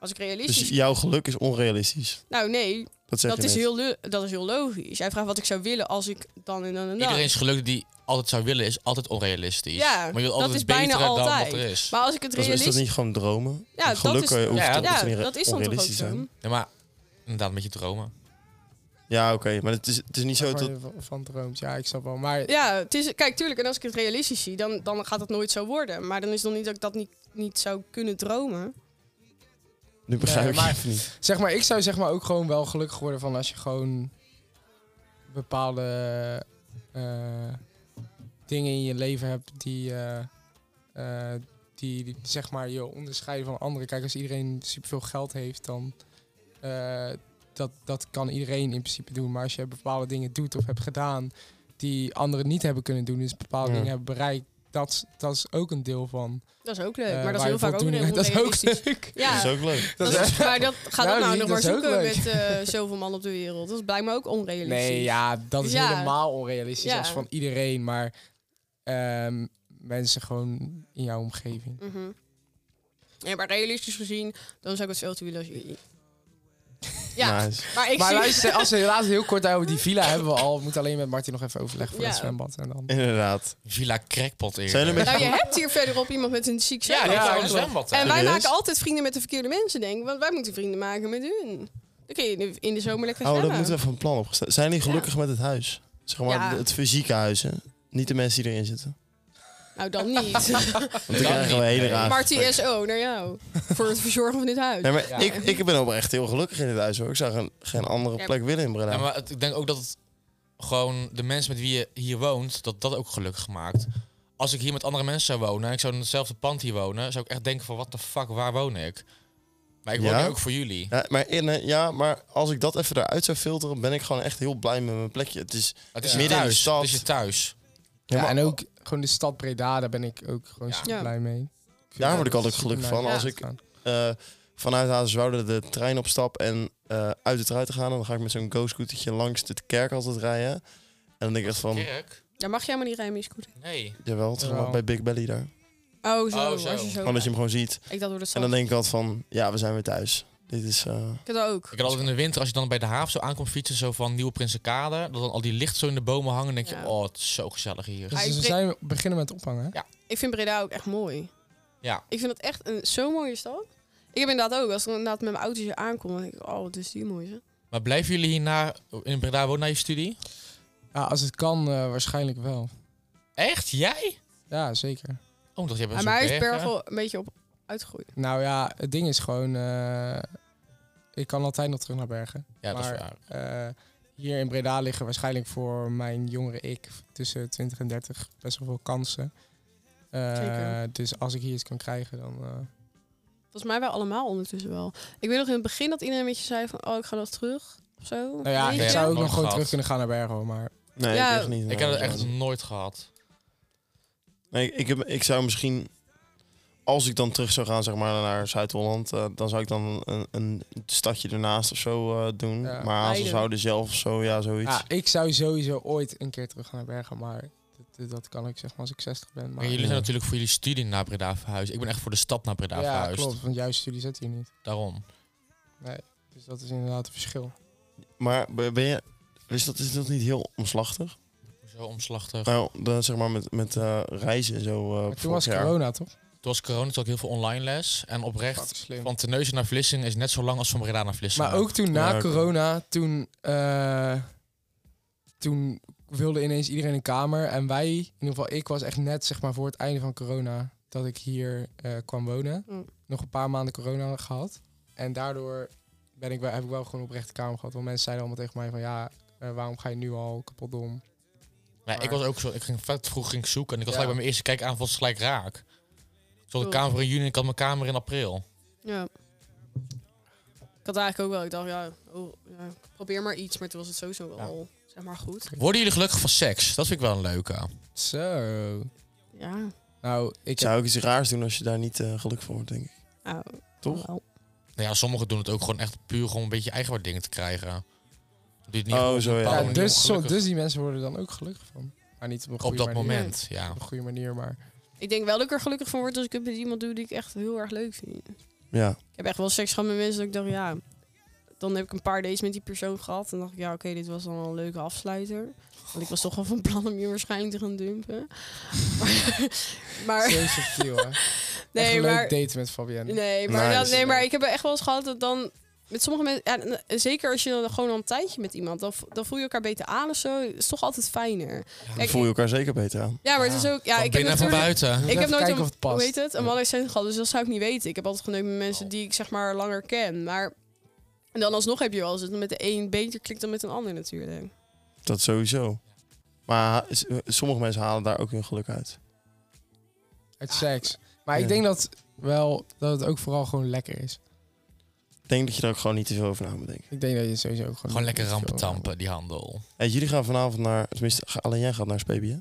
S6: Als ik realistisch...
S1: Dus jouw geluk is onrealistisch.
S6: Nou nee,
S1: Dat zeg
S6: dat
S1: je
S6: is,
S1: net.
S6: heel lu- dat is heel logisch. Jij vraagt wat ik zou willen als ik dan en dan en dan.
S2: Iedereen's geluk die altijd zou willen is altijd onrealistisch.
S6: Nou. Ja,
S2: maar je wilt
S6: dat
S2: altijd
S6: is
S2: het betere
S6: bijna
S2: dan
S6: altijd.
S2: wat er is.
S6: Maar als ik het
S1: Dus is dat
S6: realistisch...
S1: niet gewoon dromen?
S6: Ja, dat
S1: geluk
S6: is-
S1: eh, hoeft,
S2: ja,
S1: hoeft
S6: Ja,
S1: niet re-
S6: dat is dan toch ook
S1: onrealistisch te zijn.
S6: zo.
S2: Ja, maar inderdaad, met je dromen.
S1: Ja, oké, maar het is, het is niet zo dat...
S4: Waarvan je van droomt. Ja, ik snap wel. Maar
S6: Ja, het is, kijk, tuurlijk. En als ik het realistisch zie, dan, dan gaat dat nooit zo worden. Maar dan is het nog niet dat ik dat niet, niet zou kunnen dromen.
S1: Nu begrijp
S4: Nee,
S1: ik
S4: maar-
S1: het niet.
S4: zeg maar, ik zou zeg maar ook gewoon wel gelukkig worden van als je gewoon bepaalde eh, dingen in je leven hebt die, eh, eh, die, die, zeg maar je onderscheiden van anderen. Kijk, als iedereen superveel geld heeft, dan eh, dat, dat kan iedereen in principe doen. Maar als je bepaalde dingen doet of hebt gedaan die anderen niet hebben kunnen doen, dus bepaalde
S1: Ja.
S4: dingen hebben bereikt, dat, is- dat is ook een deel van.
S6: Dat is ook leuk.
S4: eh,
S6: maar dat is
S4: waar
S6: heel
S4: je
S6: vaak ook een
S4: voldoening
S6: heel
S4: uit- Dat is ook
S6: onrealistisch.
S4: leuk.
S1: Dat is
S6: Ja,
S1: ook leuk.
S6: dat is, maar dat gaat
S4: Nou,
S6: dat nou
S4: zie,
S6: nog
S4: dat
S6: maar
S4: is
S6: zoeken
S4: ook leuk.
S6: met eh, zoveel mannen op de wereld. Dat is blijkbaar ook onrealistisch.
S4: Nee, ja, dat is
S6: Ja.
S4: helemaal onrealistisch.
S6: Ja.
S4: Dat is van iedereen, maar ehm, mensen gewoon in jouw omgeving.
S6: Mhm. Nee, maar realistisch gezien, dan zou ik het veel te willen als jullie. Ja,
S1: Nice.
S6: maar ik
S4: maar
S6: zie...
S4: luister, als we helaas heel kort over die villa hebben we al. We moeten alleen met Martin nog even overleggen voor
S6: Ja.
S4: het zwembad. En dan.
S1: Inderdaad.
S2: Villa Crackpot eerder.
S1: Zijn jullie met-
S6: Nou, je hebt hier verderop iemand met een ziek
S2: Ja, die
S6: zwembad.
S2: zou een zwembad
S6: En
S2: hebben.
S6: wij
S1: Serieus?
S6: maken altijd vrienden met de verkeerde mensen, denk ik. Want wij moeten vrienden maken met hun. Dan kun je in de, in de zomer lekker
S1: Oh, dat
S6: zwemmen.
S1: moeten we even een plan opgesteld. Zijn jullie gelukkig met het huis? Zeg maar
S6: Ja.
S1: het fysieke huis, hè? Niet de mensen die erin zitten.
S6: Nou, dan niet.
S1: Want dan krijgen we
S2: niet,
S1: hele
S2: nee.
S1: raar.
S6: maar TSO naar jou. Voor het verzorgen van dit huis.
S1: Ah, Nee, maar
S4: Ja.
S1: ik, ik ben oprecht heel gelukkig in het huis, hoor. Ik zou geen, geen andere
S6: Ja.
S1: plek willen in Breda.
S2: Ja, maar het- ik denk ook dat het gewoon de mensen met wie je hier woont, dat dat ook gelukkig maakt. Als ik hier met andere mensen zou wonen en ik zou in hetzelfde pand hier wonen, zou ik echt denken van wat de fuck, waar woon ik? Maar ik woon
S1: Ja?
S2: hier ook voor jullie.
S1: Ja, maar, in, eh, ja, maar als ik dat even eruit zou filteren, ben ik gewoon echt heel blij met mijn plekje. Het is,
S2: Het is
S1: Ja.
S2: je
S1: Midden in de
S2: thuis.
S1: stad.
S2: Het is je thuis.
S4: Ja,
S1: maar-
S4: en ook gewoon de stad Breda, daar ben ik ook gewoon
S2: Ja.
S4: super blij mee. Ik vind
S1: Daar
S4: dat
S1: word ik altijd
S4: super
S1: gelukkig
S4: nice
S1: van. Als
S4: om
S1: ik-
S4: te gaan.
S1: eh, vanuit Hazerswoude de trein opstap en eh, uit de trein te gaan. Dan ga ik met zo'n go-scootertje langs de kerk altijd rijden. En dan denk ik echt van,
S2: Kerk?
S6: Daar mag je helemaal niet rijden met je scooter.
S2: Nee.
S1: jawel, het is gewoon
S4: Jawel.
S1: bij Big Belly daar.
S6: Oh, zo.
S2: Oh, zo.
S6: Als je zo
S1: Gewoon dat je hem gewoon ziet.
S6: Ik dat door de
S1: En
S6: stad.
S1: dan denk ik altijd van, ja, we zijn weer thuis. Dit is... eh,
S6: Ik had dat ook.
S2: Ik had altijd in de winter, als je dan bij de haven zo aankomt fietsen, zo van Nieuwe Prinsenkade, dat dan al die licht zo in de bomen hangen, denk je,
S6: Ja.
S2: oh, het is zo gezellig hier.
S4: Dus
S6: Ah, ik
S4: we
S6: pre-
S4: zijn beginnen met ophangen. hè?
S6: Ik vind Breda ook echt mooi.
S2: Ja.
S6: Ik vind dat echt een, zo'n mooie stad. Ik heb inderdaad ook, als ik inderdaad met mijn auto's hier aankom, dan denk ik, oh, wat is die mooi, hè?
S2: Maar blijven jullie hier na, in Breda wonen na je studie?
S4: Ja, als het kan, eh, waarschijnlijk wel.
S2: Echt? Jij?
S4: Ja, zeker.
S2: Oh, dat je hebt
S6: Maar
S2: zo'n
S6: mijn huis is
S2: bergen.
S6: Bergen een beetje op uitgegroeid.
S4: Nou ja, het ding is gewoon... eh, ik kan altijd nog terug naar Bergen.
S2: Ja, dat is
S4: maar-
S2: waar.
S4: eh, hier in Breda liggen waarschijnlijk voor mijn jongere ik tussen 20 en 30 best wel veel kansen. Eh,
S6: Zeker.
S4: Dus als ik hier iets kan krijgen, dan. eh,
S6: Volgens mij wij allemaal ondertussen wel. Ik weet nog in het begin dat iedereen een beetje zei van, oh, ik ga nog terug. Of zo.
S4: nou ja,
S6: Weet
S4: ik
S6: je?
S4: zou ook
S2: Nooit
S4: nog gewoon
S2: gehad.
S4: terug kunnen gaan naar Bergen, hoor, maar
S1: nee,
S6: Ja,
S1: ik echt niet.
S2: Ik heb
S1: Nee,
S2: dat echt
S1: nee.
S2: nooit gehad.
S1: Nee, ik, heb, ik zou misschien, als ik dan terug zou gaan zeg maar, naar Zuid-Holland, eh, dan zou ik dan een, een stadje ernaast of zo eh, doen.
S4: Ja.
S1: Maar Hazel
S6: Leiden.
S1: zouden zelf of zo, ja, zoiets.
S4: Ja, ik zou sowieso ooit een keer terug gaan naar Bergen, maar dat, dat kan ik zeg maar als ik 60 ben. Maar
S2: Maar jullie
S1: Ja.
S2: zijn natuurlijk voor jullie studie naar Breda verhuisd. Ik ben echt voor de stad naar Breda
S4: ja,
S2: verhuisd.
S4: klopt, want juist jullie zitten hier niet.
S2: Daarom.
S4: Dus dat is inderdaad het verschil.
S1: Maar ben ben je, is dat, is dat niet heel omslachtig?
S2: Zo omslachtig.
S1: Nou, dan zeg maar met, met eh, reizen en zo. eh,
S4: Maar toen
S1: vorig
S4: was
S1: jaar.
S4: corona toch?
S2: Toen was corona, toen had ik heel veel online les. En
S4: Fuck,
S2: oprecht,
S4: slim.
S2: van Terneuzen naar Vlissingen is net zo lang als van Breda naar Vlissingen.
S4: Maar ook toen na
S1: Ja, oké.
S4: corona, toen, eh, toen wilde ineens iedereen een kamer. En wij, in ieder geval ik, was echt net zeg maar voor het einde van corona dat ik hier eh, kwam wonen.
S6: Mm.
S4: Nog een paar maanden corona gehad. En daardoor ben ik, wel- heb ik wel gewoon oprecht een kamer gehad. Want mensen zeiden allemaal tegen mij van ja, eh, waarom ga je nu al kapot dom?
S2: Nee, ik was ook zo. Ik ging vet vroeg ging ik zoeken. En ik was
S4: Ja.
S2: gelijk bij mijn eerste kijk aan was gelijk raak. Zoals
S6: Oh.
S2: de kamer in juni en ik had mijn kamer in april.
S6: Ja. Ik had eigenlijk ook wel, ik dacht, ja, oh, ja, probeer maar iets, maar toen was het sowieso wel, zeg maar, goed.
S2: Worden jullie gelukkig van seks? Dat vind ik wel een leuke. Nou
S4: Zo.
S6: Ja,
S4: Nou, ik heb
S1: Zou ik iets raars doen als je daar niet eh gelukkig voor wordt, denk ik.
S6: nou,
S1: Toch?
S6: wel.
S2: Nou ja, sommigen doen het ook gewoon echt puur om een beetje eigenwaard dingen te krijgen. Die het niet
S1: Oh,
S2: gewoon op een
S1: zo, ja.
S2: bepaalde
S4: Ja,
S2: manier
S4: dus, zo,
S2: ongelukkig-
S4: dus die mensen worden er dan ook gelukkig van. Maar niet op een
S2: op
S4: goede
S2: dat
S4: manier.
S2: moment, ja.
S4: Op een goede manier, maar...
S6: Ik denk wel dat ik er gelukkig van word als ik het met iemand doe die ik echt heel erg leuk vind.
S1: Ja.
S6: Ik heb echt wel seks gehad met mensen dat ik dacht, ja... Dan heb ik een paar dates met die persoon gehad. En dacht ik, ja, oké, dit was dan wel een leuke afsluiter. Want ik was toch wel van plan om je waarschijnlijk te gaan dumpen. Maar, maar
S4: Zo subtiel, hè?
S6: nee,
S4: Echt een
S6: maar...
S4: leuk daten met Fabienne.
S6: Nee, maar,
S1: Nice.
S6: dat- nee, maar ik heb echt wel eens gehad dat dan... Met sommige mensen, ja, en, eh, zeker als je dan gewoon al een tijdje met iemand, dan, vo- dan voel je elkaar beter aan of zo. Is toch altijd fijner.
S1: Dan
S6: Kijk,
S1: voel je elkaar zeker beter aan.
S6: ja, maar het is ook. Ja,
S2: van
S6: ik heb
S2: binnen en van
S6: natuurlijk-
S2: buiten.
S6: ik
S4: Even
S6: heb nooit
S4: kijken
S6: een,
S4: of het past.
S6: Hoe heet het? Een
S4: Ja.
S6: maladolescent gehad, dus dat zou ik niet weten. Ik heb altijd geneukt met mensen die ik zeg maar langer ken. Maar en dan alsnog heb je wel eens het met de een beter klikt dan met een ander natuurlijk.
S1: Dat sowieso. Maar s- eh, sommige mensen halen daar ook hun geluk uit.
S4: Uit seks. Ah. Maar
S1: Ja.
S4: ik denk dat wel dat het ook vooral gewoon lekker is.
S1: Ik denk dat je daar ook gewoon niet te veel over na moet denken.
S4: Ik denk dat je sowieso ook gewoon...
S2: Gewoon lekker rampen tampen, die handel.
S1: Hey, jullie gaan vanavond naar, tenminste, ga- alleen jij gaat naar SPB, hè?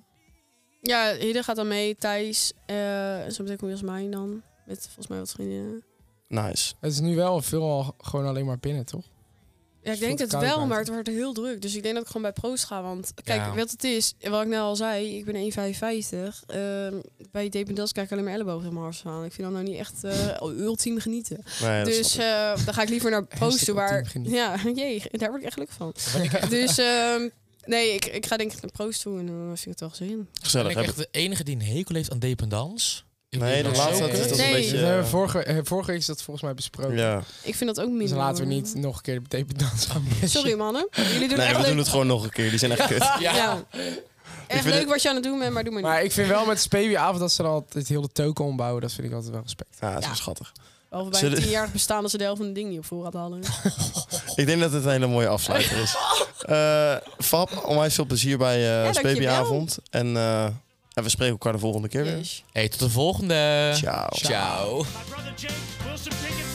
S6: Ja, Hidde gaat dan mee, Thijs. eh, en zometeen kom je als mij dan. Met volgens mij wat vriendinnen.
S1: Nice.
S4: Het is nu wel veel al gewoon alleen maar binnen, toch?
S6: Ja, ik
S4: Het
S6: denk
S4: voelt
S6: het
S4: koud
S6: wel,
S4: buiten.
S6: maar het wordt heel druk. Dus ik denk dat ik gewoon bij Proost ga. Want kijk,
S2: Ja.
S6: wat het is, wat ik net al zei, ik ben 1,55. Ehm, bij Dependas kijk ik alleen mijn elleboog in mijn hars aan. Ik vind dat nou niet echt eh ultiem genieten.
S1: Nee, dat
S6: dus
S1: snap ik.
S6: eh, dan ga ik liever naar Proost toe.
S4: Hartstikke
S6: Waar,
S4: ultiem genieten.
S6: ja, jee, daar word ik echt gelukkig van. dus ehm, nee, ik, ik ga denk ik naar Proost toe en dan vind ik het wel gezin.
S2: Ben
S1: gezellig.
S2: ik
S1: Heb
S2: echt de enige die een hekel heeft aan dependans? Ik
S1: Nee,
S2: vind
S1: de
S2: dat
S1: laatste
S2: zo
S1: dat is
S2: kut.
S1: dat
S6: Nee.
S1: een
S4: Dus
S1: beetje...
S4: we hebben vorige, eh, vorige week is dat volgens mij besproken.
S1: ja.
S6: Ik vind dat ook minder.
S4: Dus laten we niet nog een keer de dependance gaan bashen.
S6: Sorry mannen, jullie doen
S1: Nee,
S6: echt
S1: we
S6: leuk.
S1: doen het gewoon nog een keer. Die zijn echt kut.
S2: Ja.
S6: Ja. Echt
S1: vind
S6: leuk
S1: het-
S6: wat je aan het doen bent, maar doe maar niet.
S4: Maar ik vind wel met Spebi-avond dat ze dan altijd het hele token ombouwen. Dat vind ik altijd wel respect.
S1: Ja, dat is
S6: Ja.
S1: wel schattig.
S6: Behalve bij
S1: Zullen-
S6: een tienjarig bestaan als ze de helft van de ding niet op voorraad hadden.
S1: Ik denk dat het een hele mooie afsluiter is. Eh Fab, onwijs veel plezier bij eh
S6: Ja, dankjewel.
S1: SPB-avond. En, eh, en we spreken elkaar de volgende keer weer.
S6: Yes.
S2: Hey, tot de volgende.
S1: Ciao.
S2: Ciao.
S8: My brother Jake Wilson Pickett